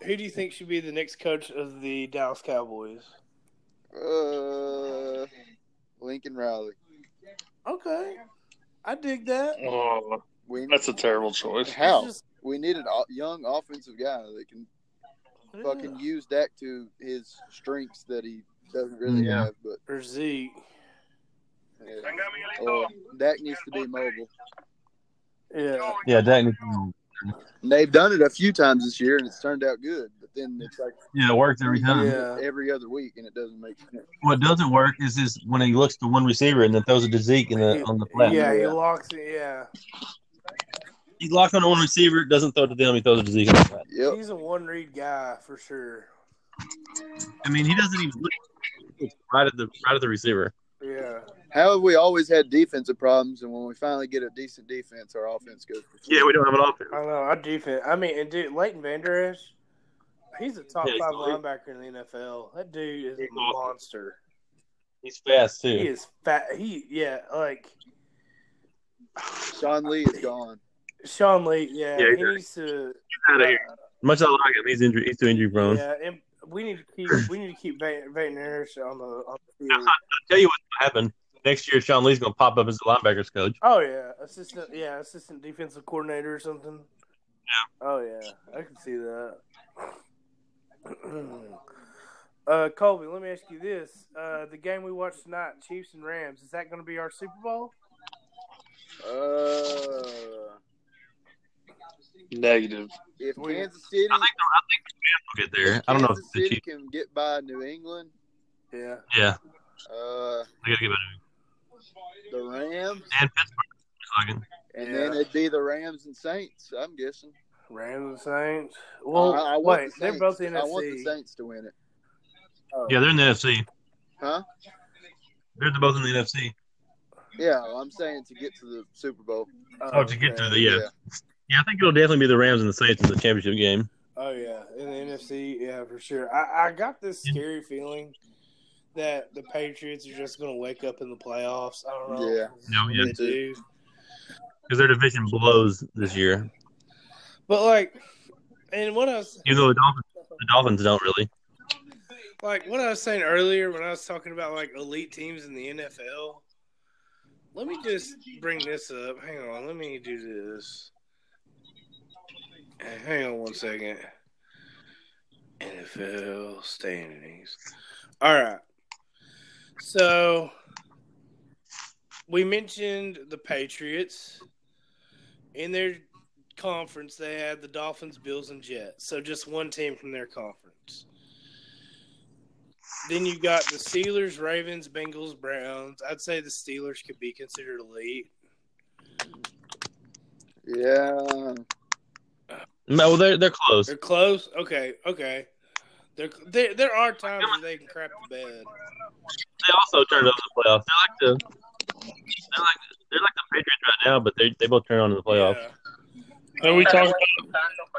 Speaker 3: Who do you think should be the next coach of the Dallas Cowboys?
Speaker 5: Uh, Lincoln Riley.
Speaker 3: Okay. I dig that.
Speaker 2: Oh,
Speaker 5: We
Speaker 2: that's a terrible choice.
Speaker 5: how
Speaker 3: It's just-
Speaker 5: we needed a young offensive guy that can fucking use Dak to his strengths that he doesn't really
Speaker 4: Yeah.
Speaker 5: have. But
Speaker 3: or Zeke.
Speaker 5: yeah.
Speaker 2: Oh,
Speaker 5: Uh, Dak needs to be mobile.
Speaker 3: Yeah.
Speaker 4: Yeah, that.
Speaker 5: And they've done it a few times this year, and it's turned out good. But then it's like
Speaker 4: Yeah, it works every time.
Speaker 3: Yeah.
Speaker 5: every other week, and it doesn't make sense.
Speaker 4: What doesn't work is this when he looks to one receiver and then throws it to Zeke in the, on the flat.
Speaker 3: Yeah, he
Speaker 5: Yeah.
Speaker 3: locks it, yeah.
Speaker 4: He's locked on to one receiver, doesn't throw it to them, he throws it to Zeke on the flat.
Speaker 5: Yep.
Speaker 3: He's a one read guy for sure.
Speaker 4: I mean, he doesn't even look It's right at the right at the receiver.
Speaker 3: Yeah.
Speaker 5: How have we always had defensive problems, and when we finally get a decent defense, our offense goes?
Speaker 4: Yeah, we don't have an offense.
Speaker 3: I don't know. Our defense. I mean, and dude, Leighton Vander Esch, he's a top
Speaker 4: Yeah, he's
Speaker 3: five
Speaker 4: elite.
Speaker 3: linebacker in the NFL. That dude is a
Speaker 4: He's awesome.
Speaker 3: monster.
Speaker 4: He's fast too.
Speaker 3: He is fat. He, yeah, like
Speaker 5: Sean Lee is gone.
Speaker 3: Sean Lee. Yeah,
Speaker 4: Yeah,
Speaker 3: he
Speaker 4: he's-
Speaker 3: needs to.
Speaker 4: out of here. Much as I like him, he's injury. He's too injury prone.
Speaker 3: Yeah, and we need to keep we need to keep Van Vander Esch on the on the
Speaker 4: Now,
Speaker 3: field.
Speaker 4: I'll tell you what's gonna happen next year. Sean Lee's gonna pop up as the linebackers coach.
Speaker 3: Oh yeah, assistant. Yeah, assistant defensive coordinator or something. Yeah. Oh yeah, I can see that. uh, Colby, let me ask you this: uh, the game we watched tonight, Chiefs and Rams, is that going to be our Super Bowl?
Speaker 5: Uh,
Speaker 2: Negative.
Speaker 5: if
Speaker 3: We-
Speaker 5: Kansas City,
Speaker 4: I think I think the Rams will get there. I don't know if
Speaker 5: Kansas
Speaker 4: the
Speaker 5: City
Speaker 4: Chiefs.
Speaker 5: can get by New England,
Speaker 3: Yeah.
Speaker 4: Yeah,
Speaker 5: uh,
Speaker 4: they gotta get better.
Speaker 5: the Rams,
Speaker 4: And Pittsburgh.
Speaker 5: and
Speaker 3: Yeah.
Speaker 5: then it'd be the Rams and Saints. I'm guessing.
Speaker 3: Rams and Saints. Well,
Speaker 5: I, I want
Speaker 3: wait,
Speaker 5: the
Speaker 3: they're
Speaker 5: Saints-
Speaker 3: both
Speaker 5: I want the
Speaker 3: NFC.
Speaker 5: Saints to win it.
Speaker 4: Yeah, they're in the NFC.
Speaker 5: Huh?
Speaker 4: They're both in the NFC.
Speaker 5: Yeah, I'm saying to get to the Super Bowl.
Speaker 4: Oh, to get through the yeah.
Speaker 5: Yeah.
Speaker 4: Yeah, I think it'll definitely be the Rams and the Saints in the championship game.
Speaker 3: Oh yeah, in the NFC, yeah, for sure. I, I got this
Speaker 4: Yeah.
Speaker 3: scary feeling that the Patriots are just going to wake up in the playoffs. I don't know.
Speaker 5: Yeah.
Speaker 4: No, yeah.
Speaker 3: They do.
Speaker 4: because their division blows this year.
Speaker 3: But like, And what I was
Speaker 4: Even though the Dolphins, the Dolphins don't really.
Speaker 3: like, what I was saying earlier when I was talking about like elite teams in the NFL. Let me just bring this up. Hang on, let me do this. Hang on one second. NFL standings. All right. So we mentioned the Patriots. In their conference, they had the Dolphins, Bills, and Jets. So just one team from their conference. Then you got the Steelers, Ravens, Bengals, Browns. I'd say the Steelers could be considered elite.
Speaker 5: Yeah.
Speaker 4: No, they're they're close.
Speaker 3: They're close. Okay, okay. There, there, there are times where they can crap the bed.
Speaker 4: They also turned on the playoffs. They're like the they're like they're like the Patriots right now, but they they both turn on in the playoffs.
Speaker 3: Yeah. Uh,
Speaker 2: Are we talking?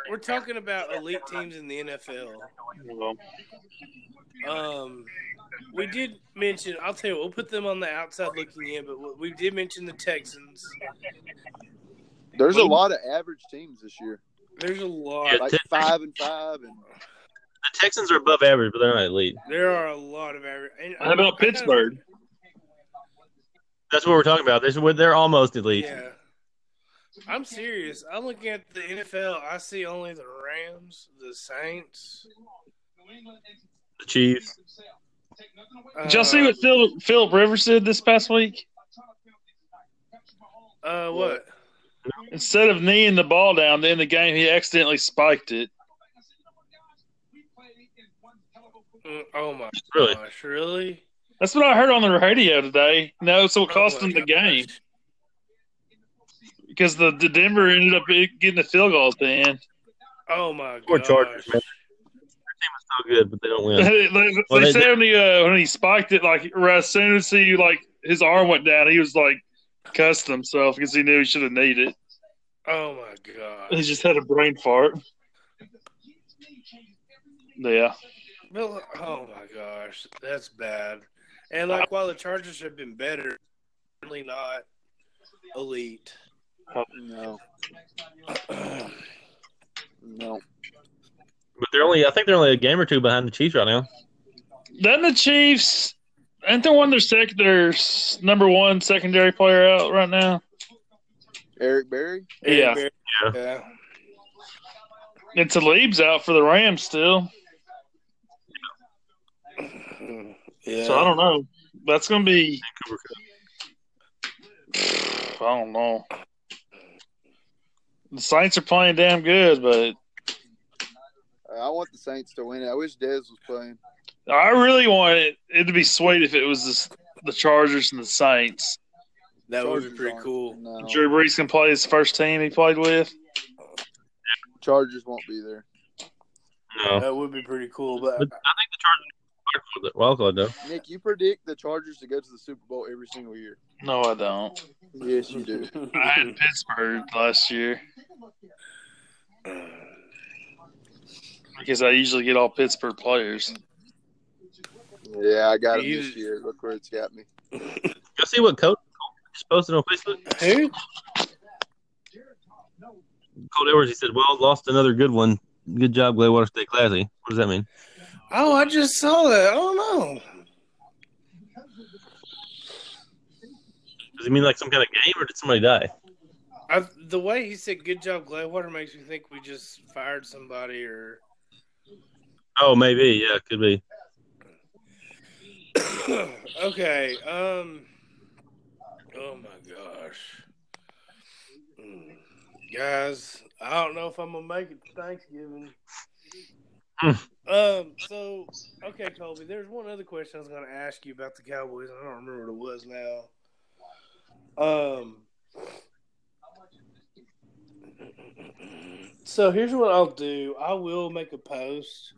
Speaker 3: We're talking about elite teams in the NFL. Um, we did mention. I'll tell you, what, we'll put them on the outside looking in, but we- we did mention the Texans.
Speaker 5: There's a lot of average teams this year,
Speaker 3: There's a lot.
Speaker 4: Yeah.
Speaker 5: like five and five, and
Speaker 4: The Texans are above average, but they're not elite.
Speaker 3: There are a lot of average. and-
Speaker 2: How about
Speaker 3: I kind of-
Speaker 2: Pittsburgh?
Speaker 4: That's what we're talking about. This is where they're almost elite.
Speaker 3: Yeah. I'm serious. I'm looking at the NFL. I see only the Rams, the Saints.
Speaker 4: The Chiefs.
Speaker 2: Did y'all see what
Speaker 3: uh,
Speaker 2: Phil, Philip Rivers did this past week?
Speaker 3: Uh, what?
Speaker 2: Instead of kneeing the ball down to end the game, he accidentally spiked it.
Speaker 3: Mm, Oh my
Speaker 4: Really?
Speaker 3: gosh! Really?
Speaker 2: That's what I heard on the radio today. No, so it
Speaker 3: Oh
Speaker 2: cost
Speaker 3: my
Speaker 2: him the
Speaker 3: gosh.
Speaker 2: game because the, the Denver ended up e, getting a field goal at the end.
Speaker 3: Oh my
Speaker 4: Poor
Speaker 3: god!
Speaker 4: Chargers, man. So good, but they don't win.
Speaker 2: they they,
Speaker 4: Well,
Speaker 2: they
Speaker 4: they-
Speaker 2: said when he, uh, when he spiked it, like right as soon as he like his arm went down, he was like cussed himself because he knew he should have kneed it.
Speaker 3: Oh my
Speaker 2: He
Speaker 3: god!
Speaker 2: just had a brain fart. Yeah,
Speaker 3: Bill- Oh my gosh, that's bad. And like, while the Chargers have been better, certainly not elite.
Speaker 5: no, no.
Speaker 4: But they're only I think they're only a game or two behind the Chiefs right now.
Speaker 2: then the Chiefs. Ain't there one their sec their s- number one secondary player out right now?
Speaker 5: Eric Berry.
Speaker 2: Yeah.
Speaker 4: Yeah.
Speaker 3: yeah.
Speaker 2: And Talib's out for the Rams still,
Speaker 3: Mm, Yeah.
Speaker 2: so I don't know. That's gonna be.
Speaker 4: Cooper
Speaker 2: I don't know. The Saints are playing damn good, but
Speaker 5: I want the Saints to win it. I wish Dez was playing.
Speaker 2: I really want it. It'd be sweet if it was this, the Chargers and the Saints.
Speaker 3: that would be
Speaker 5: Chargers
Speaker 3: pretty
Speaker 5: aren't.
Speaker 3: cool.
Speaker 5: No,
Speaker 2: Drew Brees can play his first team he played with.
Speaker 5: Chargers won't be there.
Speaker 4: No.
Speaker 3: That would be pretty cool. But
Speaker 4: But I think the Chargers are wild card though.
Speaker 5: Nick, you predict the Chargers to go to the Super Bowl every single year.
Speaker 2: No, I don't.
Speaker 5: Yes, you do.
Speaker 2: I had Pittsburgh last year because I usually get all Pittsburgh players.
Speaker 5: Yeah, I got him
Speaker 3: You-
Speaker 5: this year. Look where it's got me.
Speaker 4: Y'all see what Colt Colt just posted on Facebook?
Speaker 3: Who?
Speaker 4: Colt Edwards, he said, Well, lost another good one. Good job, Glaywater State Classy. What does that mean?
Speaker 3: Oh, I just saw that. Oh
Speaker 4: Does it mean like some kind of game or did somebody die?
Speaker 3: no! I, the way he said "good job, Gladwater" makes me think we just fired somebody, or
Speaker 4: Oh, maybe. Yeah, could be.
Speaker 3: okay. Um. Oh my gosh, Mm. guys! I don't know if I'm gonna make it to Thanksgiving.
Speaker 4: Hmm.
Speaker 3: um. So okay, Colby. There's one other question I was gonna ask you about the Cowboys. I don't remember what it was now. Um. So here's what I'll do. I will make a post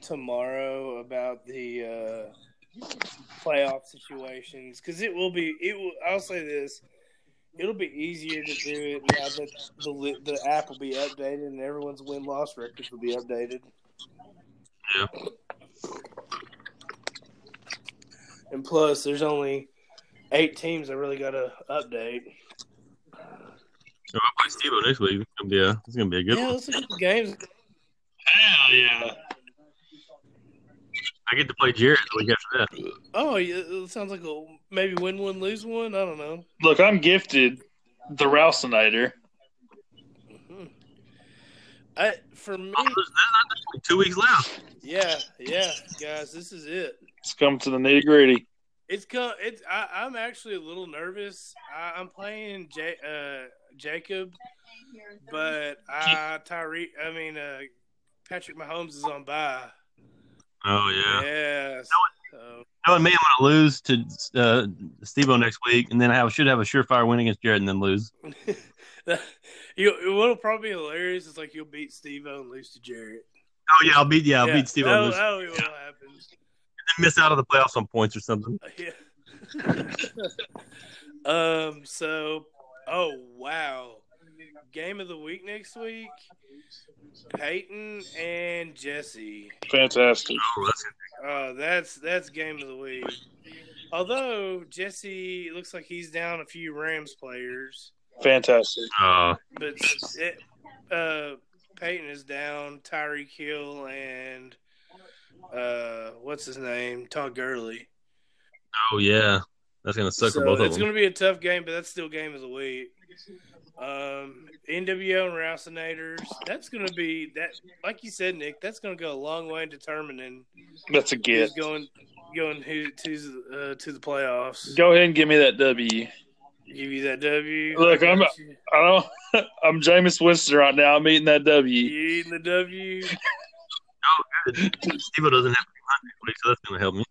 Speaker 3: tomorrow about the uh, playoff situations because it will be. It will. I'll say this: it'll be easier to do it now that the li- the app will be updated and everyone's win loss records will be updated.
Speaker 4: Yeah.
Speaker 3: And plus, there's only eight teams I really got to update.
Speaker 4: So I play Steve next week. It's gonna be a, it's gonna be a good
Speaker 3: yeah,
Speaker 4: one.
Speaker 3: let's look at the games.
Speaker 2: Hell yeah.
Speaker 4: I get to play Jared the week after that.
Speaker 3: Oh, yeah, it sounds like a maybe win one, lose one. I don't know.
Speaker 2: Look, I'm gifted the Rousinator.
Speaker 3: Mhm. I for me,
Speaker 4: Oh, there's not- not this week, Two weeks left.
Speaker 3: yeah, yeah, guys, this is it.
Speaker 2: It's come to the nitty gritty.
Speaker 3: It's co- it's I, I'm actually a little nervous. I, I'm playing J, uh, Jacob, but I Tyreek. I mean, uh, Patrick Mahomes is on by.
Speaker 4: Oh yeah.
Speaker 3: Yes. So,
Speaker 4: Knowing me, I'm gonna lose to uh, Steve next week, and then I have, should have a surefire win against Jared, and then lose.
Speaker 3: you what'll probably be hilarious is like you'll beat Steve O and lose to Jarrett.
Speaker 4: Oh yeah, I'll beat yeah, I'll beat Steve
Speaker 3: That,
Speaker 4: and lose.
Speaker 3: that'll be what'll happen.
Speaker 4: miss out on the playoffs on points or something.
Speaker 3: Yeah. um. So, oh wow, game of the week next week. Peyton and Jesse.
Speaker 2: Fantastic.
Speaker 4: Oh, that's good.
Speaker 3: Oh, that's that's game of the week. Although Jesse it looks like he's down a few Rams players,
Speaker 2: Fantastic.
Speaker 4: Uh,
Speaker 3: but it, uh, Peyton is down. Tyreek Hill and uh, what's his name? Todd Gurley.
Speaker 4: oh yeah, that's gonna suck
Speaker 3: So
Speaker 4: for both
Speaker 3: it's
Speaker 4: of them.
Speaker 3: going to be a tough game, but that's still game of the week. Um, NWO and Rousinators. That's going to be that, like you said, Nick. That's going to go a long way in determining
Speaker 2: That's a
Speaker 3: who's
Speaker 2: gift.
Speaker 3: going going who to uh, to the playoffs.
Speaker 2: Go ahead and give me that W.
Speaker 3: Give you that W.
Speaker 2: Look, I'm-
Speaker 3: You
Speaker 2: I don't, I'm Jameis Winston right now. I'm eating that W.
Speaker 3: eating the W.
Speaker 4: Steve doesn't have three hundred week, so that's gonna help me.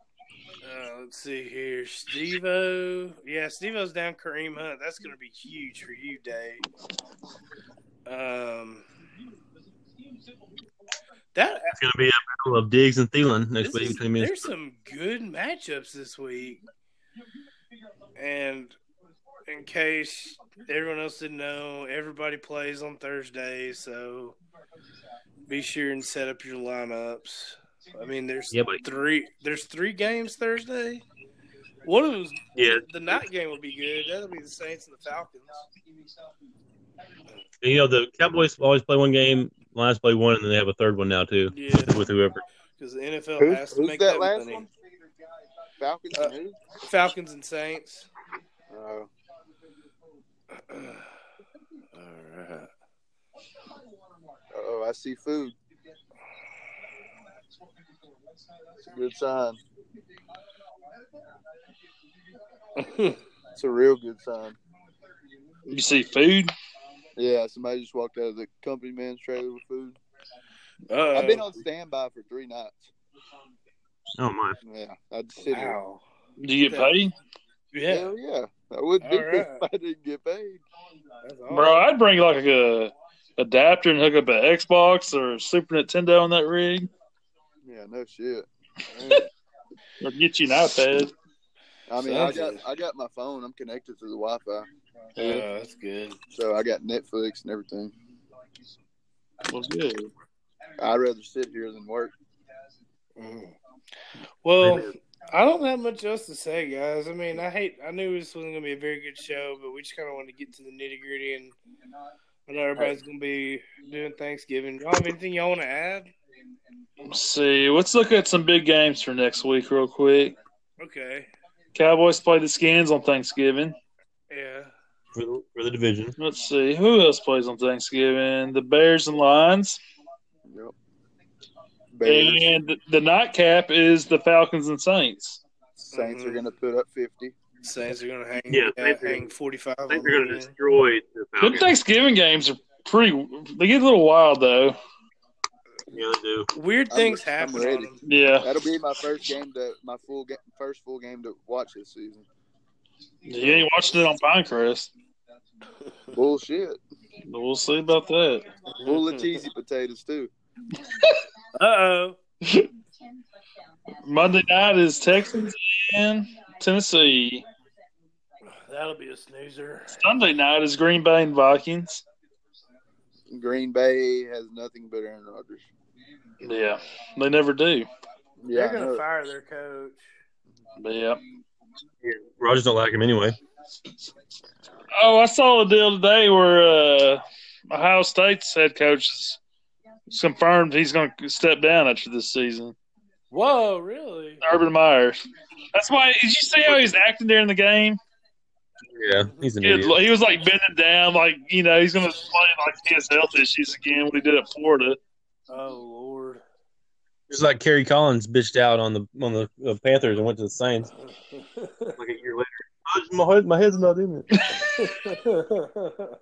Speaker 3: Uh, let's see here, Stevo. Yeah, Stevo's down. Kareem Hunt. That's going to be huge for you, Dave. Um, that
Speaker 4: It's gonna be a battle of Diggs and Thielen next
Speaker 3: This
Speaker 4: week
Speaker 3: is-
Speaker 4: between me and
Speaker 3: there's some good matchups this week. And in case everyone else didn't know, everybody plays on Thursday, so be sure and set up your lineups. I mean, there's
Speaker 4: Yeah, buddy.
Speaker 3: three there's three games Thursday. One of them's
Speaker 4: Yeah.
Speaker 3: the night game will be good. That'll be the Saints and the Falcons.
Speaker 4: You know the Cowboys always play one game, Lions play one, and then they have a third one now too
Speaker 3: Yeah,
Speaker 4: with whoever.
Speaker 3: because the NFL
Speaker 5: Who's-
Speaker 3: has to
Speaker 5: who's
Speaker 3: make
Speaker 5: that
Speaker 3: that,
Speaker 5: last
Speaker 3: money.
Speaker 5: one? Falcons
Speaker 3: Uh,
Speaker 5: and who?
Speaker 3: Falcons and Saints.
Speaker 5: Oh.
Speaker 3: All right.
Speaker 5: Oh, I see food. It's a good sign. It's a real good sign.
Speaker 2: You see food?
Speaker 5: Yeah, somebody just walked out of the company man's trailer with food.
Speaker 3: Uh-oh.
Speaker 5: I've been on standby for three nights.
Speaker 4: Oh my!
Speaker 5: Yeah, I'd sit here.
Speaker 3: Wow.
Speaker 2: Do you get paid?
Speaker 3: Yeah,
Speaker 5: Hell yeah, I would
Speaker 3: All
Speaker 5: do it if
Speaker 3: right.
Speaker 5: I didn't get paid.
Speaker 3: that's all.
Speaker 2: Bro, I'd bring like a adapter and hook up an Xbox or Super Nintendo on that rig.
Speaker 5: Yeah, no shit.
Speaker 2: Or get you an iPad.
Speaker 5: I mean, I
Speaker 3: Sounds
Speaker 5: got
Speaker 3: good.
Speaker 5: I got my phone. I'm connected to the Wi-Fi,
Speaker 3: Oh, that's good.
Speaker 5: so I got Netflix and everything.
Speaker 2: Well, good.
Speaker 5: I'd rather sit here than work.
Speaker 3: Mm. Well, I don't have much else to say, guys. I mean, I hate. I knew this wasn't gonna be a very good show, but we just kind of wanted to get to the nitty gritty, and I know everybody's gonna be doing Thanksgiving. Y'all have anything y'all want to add?
Speaker 2: Let's see. Let's look at some big games for next week, real quick.
Speaker 3: Okay.
Speaker 2: Cowboys play the Skins on Thanksgiving.
Speaker 3: Yeah.
Speaker 4: For the, for the division,
Speaker 2: Let's see. Who else plays on Thanksgiving? The Bears and Lions.
Speaker 5: Yep. Bears,
Speaker 2: And the nightcap is the Falcons and Saints.
Speaker 5: Saints are
Speaker 3: Mhm.
Speaker 5: gonna put up fifty.
Speaker 3: Saints are gonna hang.
Speaker 4: Yeah,
Speaker 3: uh,
Speaker 4: Saints are-
Speaker 3: hang forty five.
Speaker 4: I think they're gonna destroy the
Speaker 2: Them
Speaker 4: Falcons.
Speaker 2: Thanksgiving games are pretty. They get a little wild though.
Speaker 4: Yeah, they do.
Speaker 3: Weird
Speaker 5: I'm-
Speaker 3: things
Speaker 5: I'm
Speaker 3: happen.
Speaker 5: ready.
Speaker 3: on 'em.
Speaker 2: Yeah,
Speaker 5: That'll be my first game to my full ga- first full game to watch this season.
Speaker 2: you ain't watching it on Pinecrest.
Speaker 5: Bullshit.
Speaker 2: But we'll see about that.
Speaker 5: Full of cheesy potatoes too.
Speaker 3: Uh oh.
Speaker 2: Monday night is Texans and Tennessee.
Speaker 3: That'll be a snoozer.
Speaker 2: Sunday night is Green Bay and Vikings.
Speaker 5: Green Bay has nothing but Aaron Rodgers.
Speaker 2: Yeah, they never do.
Speaker 5: Yeah, I
Speaker 3: They're gonna
Speaker 5: know.
Speaker 3: fire their coach.
Speaker 2: But yeah,
Speaker 4: Yeah. Rogers don't like him anyway.
Speaker 2: Oh, I saw a deal today where uh, Ohio State's head coach has confirmed he's going to step down after this season.
Speaker 3: Whoa, really?
Speaker 2: Urban Meyer. That's why. Did you see how he was acting during the game?
Speaker 4: Yeah, he's an
Speaker 2: He, had-
Speaker 4: idiot.
Speaker 2: he was like bending down, like you know he's going to explain like he has health issues again when he did at Florida.
Speaker 3: Oh Lord.
Speaker 4: It's like Kerry Collins bitched out on the on the, the Panthers and went to the Saints like a year later. "Oh, My, head, my head's not in it.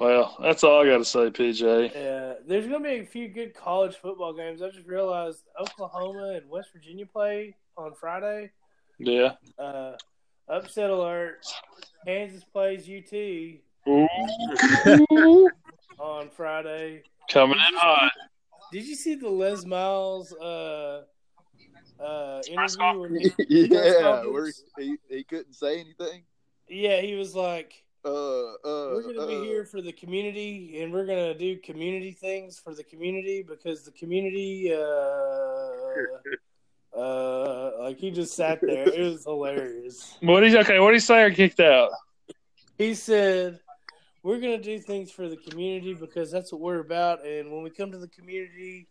Speaker 2: Well, that's all I got to say, PJ.
Speaker 3: yeah, there's gonna be a few good college football games. I just realized Oklahoma and West Virginia play on Friday.
Speaker 2: Yeah.
Speaker 3: Uh, upset alert. Kansas plays UT on Friday.
Speaker 2: Coming in hot.
Speaker 3: Did you see the Les Miles uh, uh, interview? when he-
Speaker 5: yeah, where he, he couldn't say anything.
Speaker 3: yeah, he was like,
Speaker 5: Uh, uh,
Speaker 3: "We're going to
Speaker 5: uh,
Speaker 3: be here for the community, and we're going to do community things for the community because the community." Uh, uh, like he just sat there. It was hilarious.
Speaker 2: What did he, okay? What did he say? I kicked out.
Speaker 3: He said, "We're going to do things for the community because that's what we're about, and when we come to the community."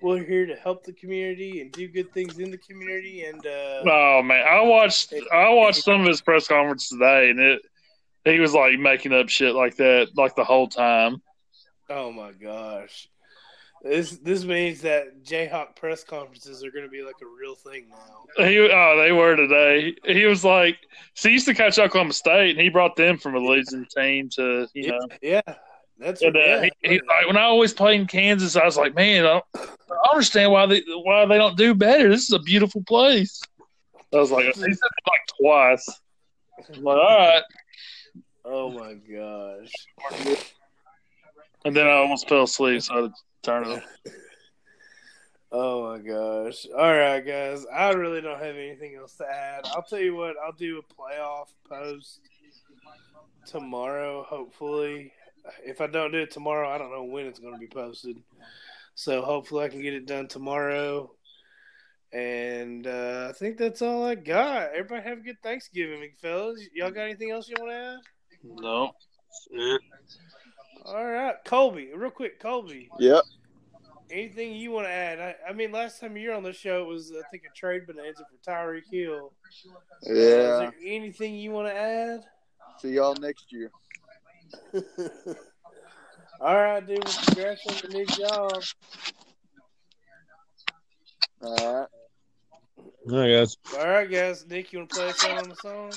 Speaker 3: We're here to help the community and do good things in the community, and uh,
Speaker 2: Oh man, I watched I watched some of his press conference today, and it he was like making up shit like that like the whole time.
Speaker 3: Oh my gosh. This this means that Jayhawk press conferences are going to be like a real thing now.
Speaker 2: He oh they were today. He was like, so he used to coach Oklahoma State, and he brought them from a losing team to you know.
Speaker 3: Yeah, that's
Speaker 2: And, uh, he, he's like, when I always played in Kansas, I was like, man, I, don't, I don't understand why they why they don't do better. This is a beautiful place. I was like, he said it like twice. I'm like, all right.
Speaker 3: oh my gosh.
Speaker 2: And then I almost fell asleep, so I had to turn it off.
Speaker 3: Oh my gosh. All right, guys. I really don't have anything else to add. I'll tell you what, I'll do a playoff post tomorrow, hopefully. If I don't do it tomorrow, I don't know when it's going to be posted. So hopefully I can get it done tomorrow. And uh, I think that's all I got. Everybody have a good Thanksgiving, fellas. Y'all got anything else you want to add?
Speaker 2: No.
Speaker 3: All right. Colby, real quick, Colby.
Speaker 5: Yep.
Speaker 3: Anything you want to add? I, I mean, last time you were on the show, it was I think a trade bonanza for Tyreek Hill. Is
Speaker 5: Yeah.
Speaker 3: there anything you want to add?
Speaker 5: See y'all next year.
Speaker 3: All right, dude. Well, congrats on the new job.
Speaker 5: All right.
Speaker 4: All right, guys.
Speaker 3: All right, guys. Nick, you want to play us out on the song?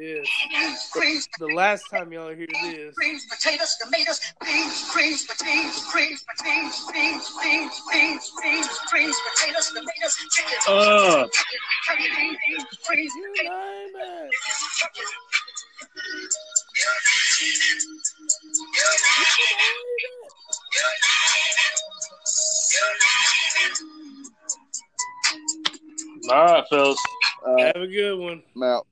Speaker 3: Yes.
Speaker 1: Greens,
Speaker 3: The last time y'all hear this.
Speaker 1: greens, potatoes, tomatoes, beans, greens, potatoes, greens, potatoes, beans, beans, beans, beans, greens, potatoes, tomatoes, chicken,
Speaker 2: Uh.
Speaker 1: turkey, beans, beans, greens,
Speaker 3: You
Speaker 1: potatoes,
Speaker 3: name it.
Speaker 1: chicken.
Speaker 2: All right, fellas.
Speaker 5: All right.
Speaker 3: Have a good one.
Speaker 5: Uh, I'm out.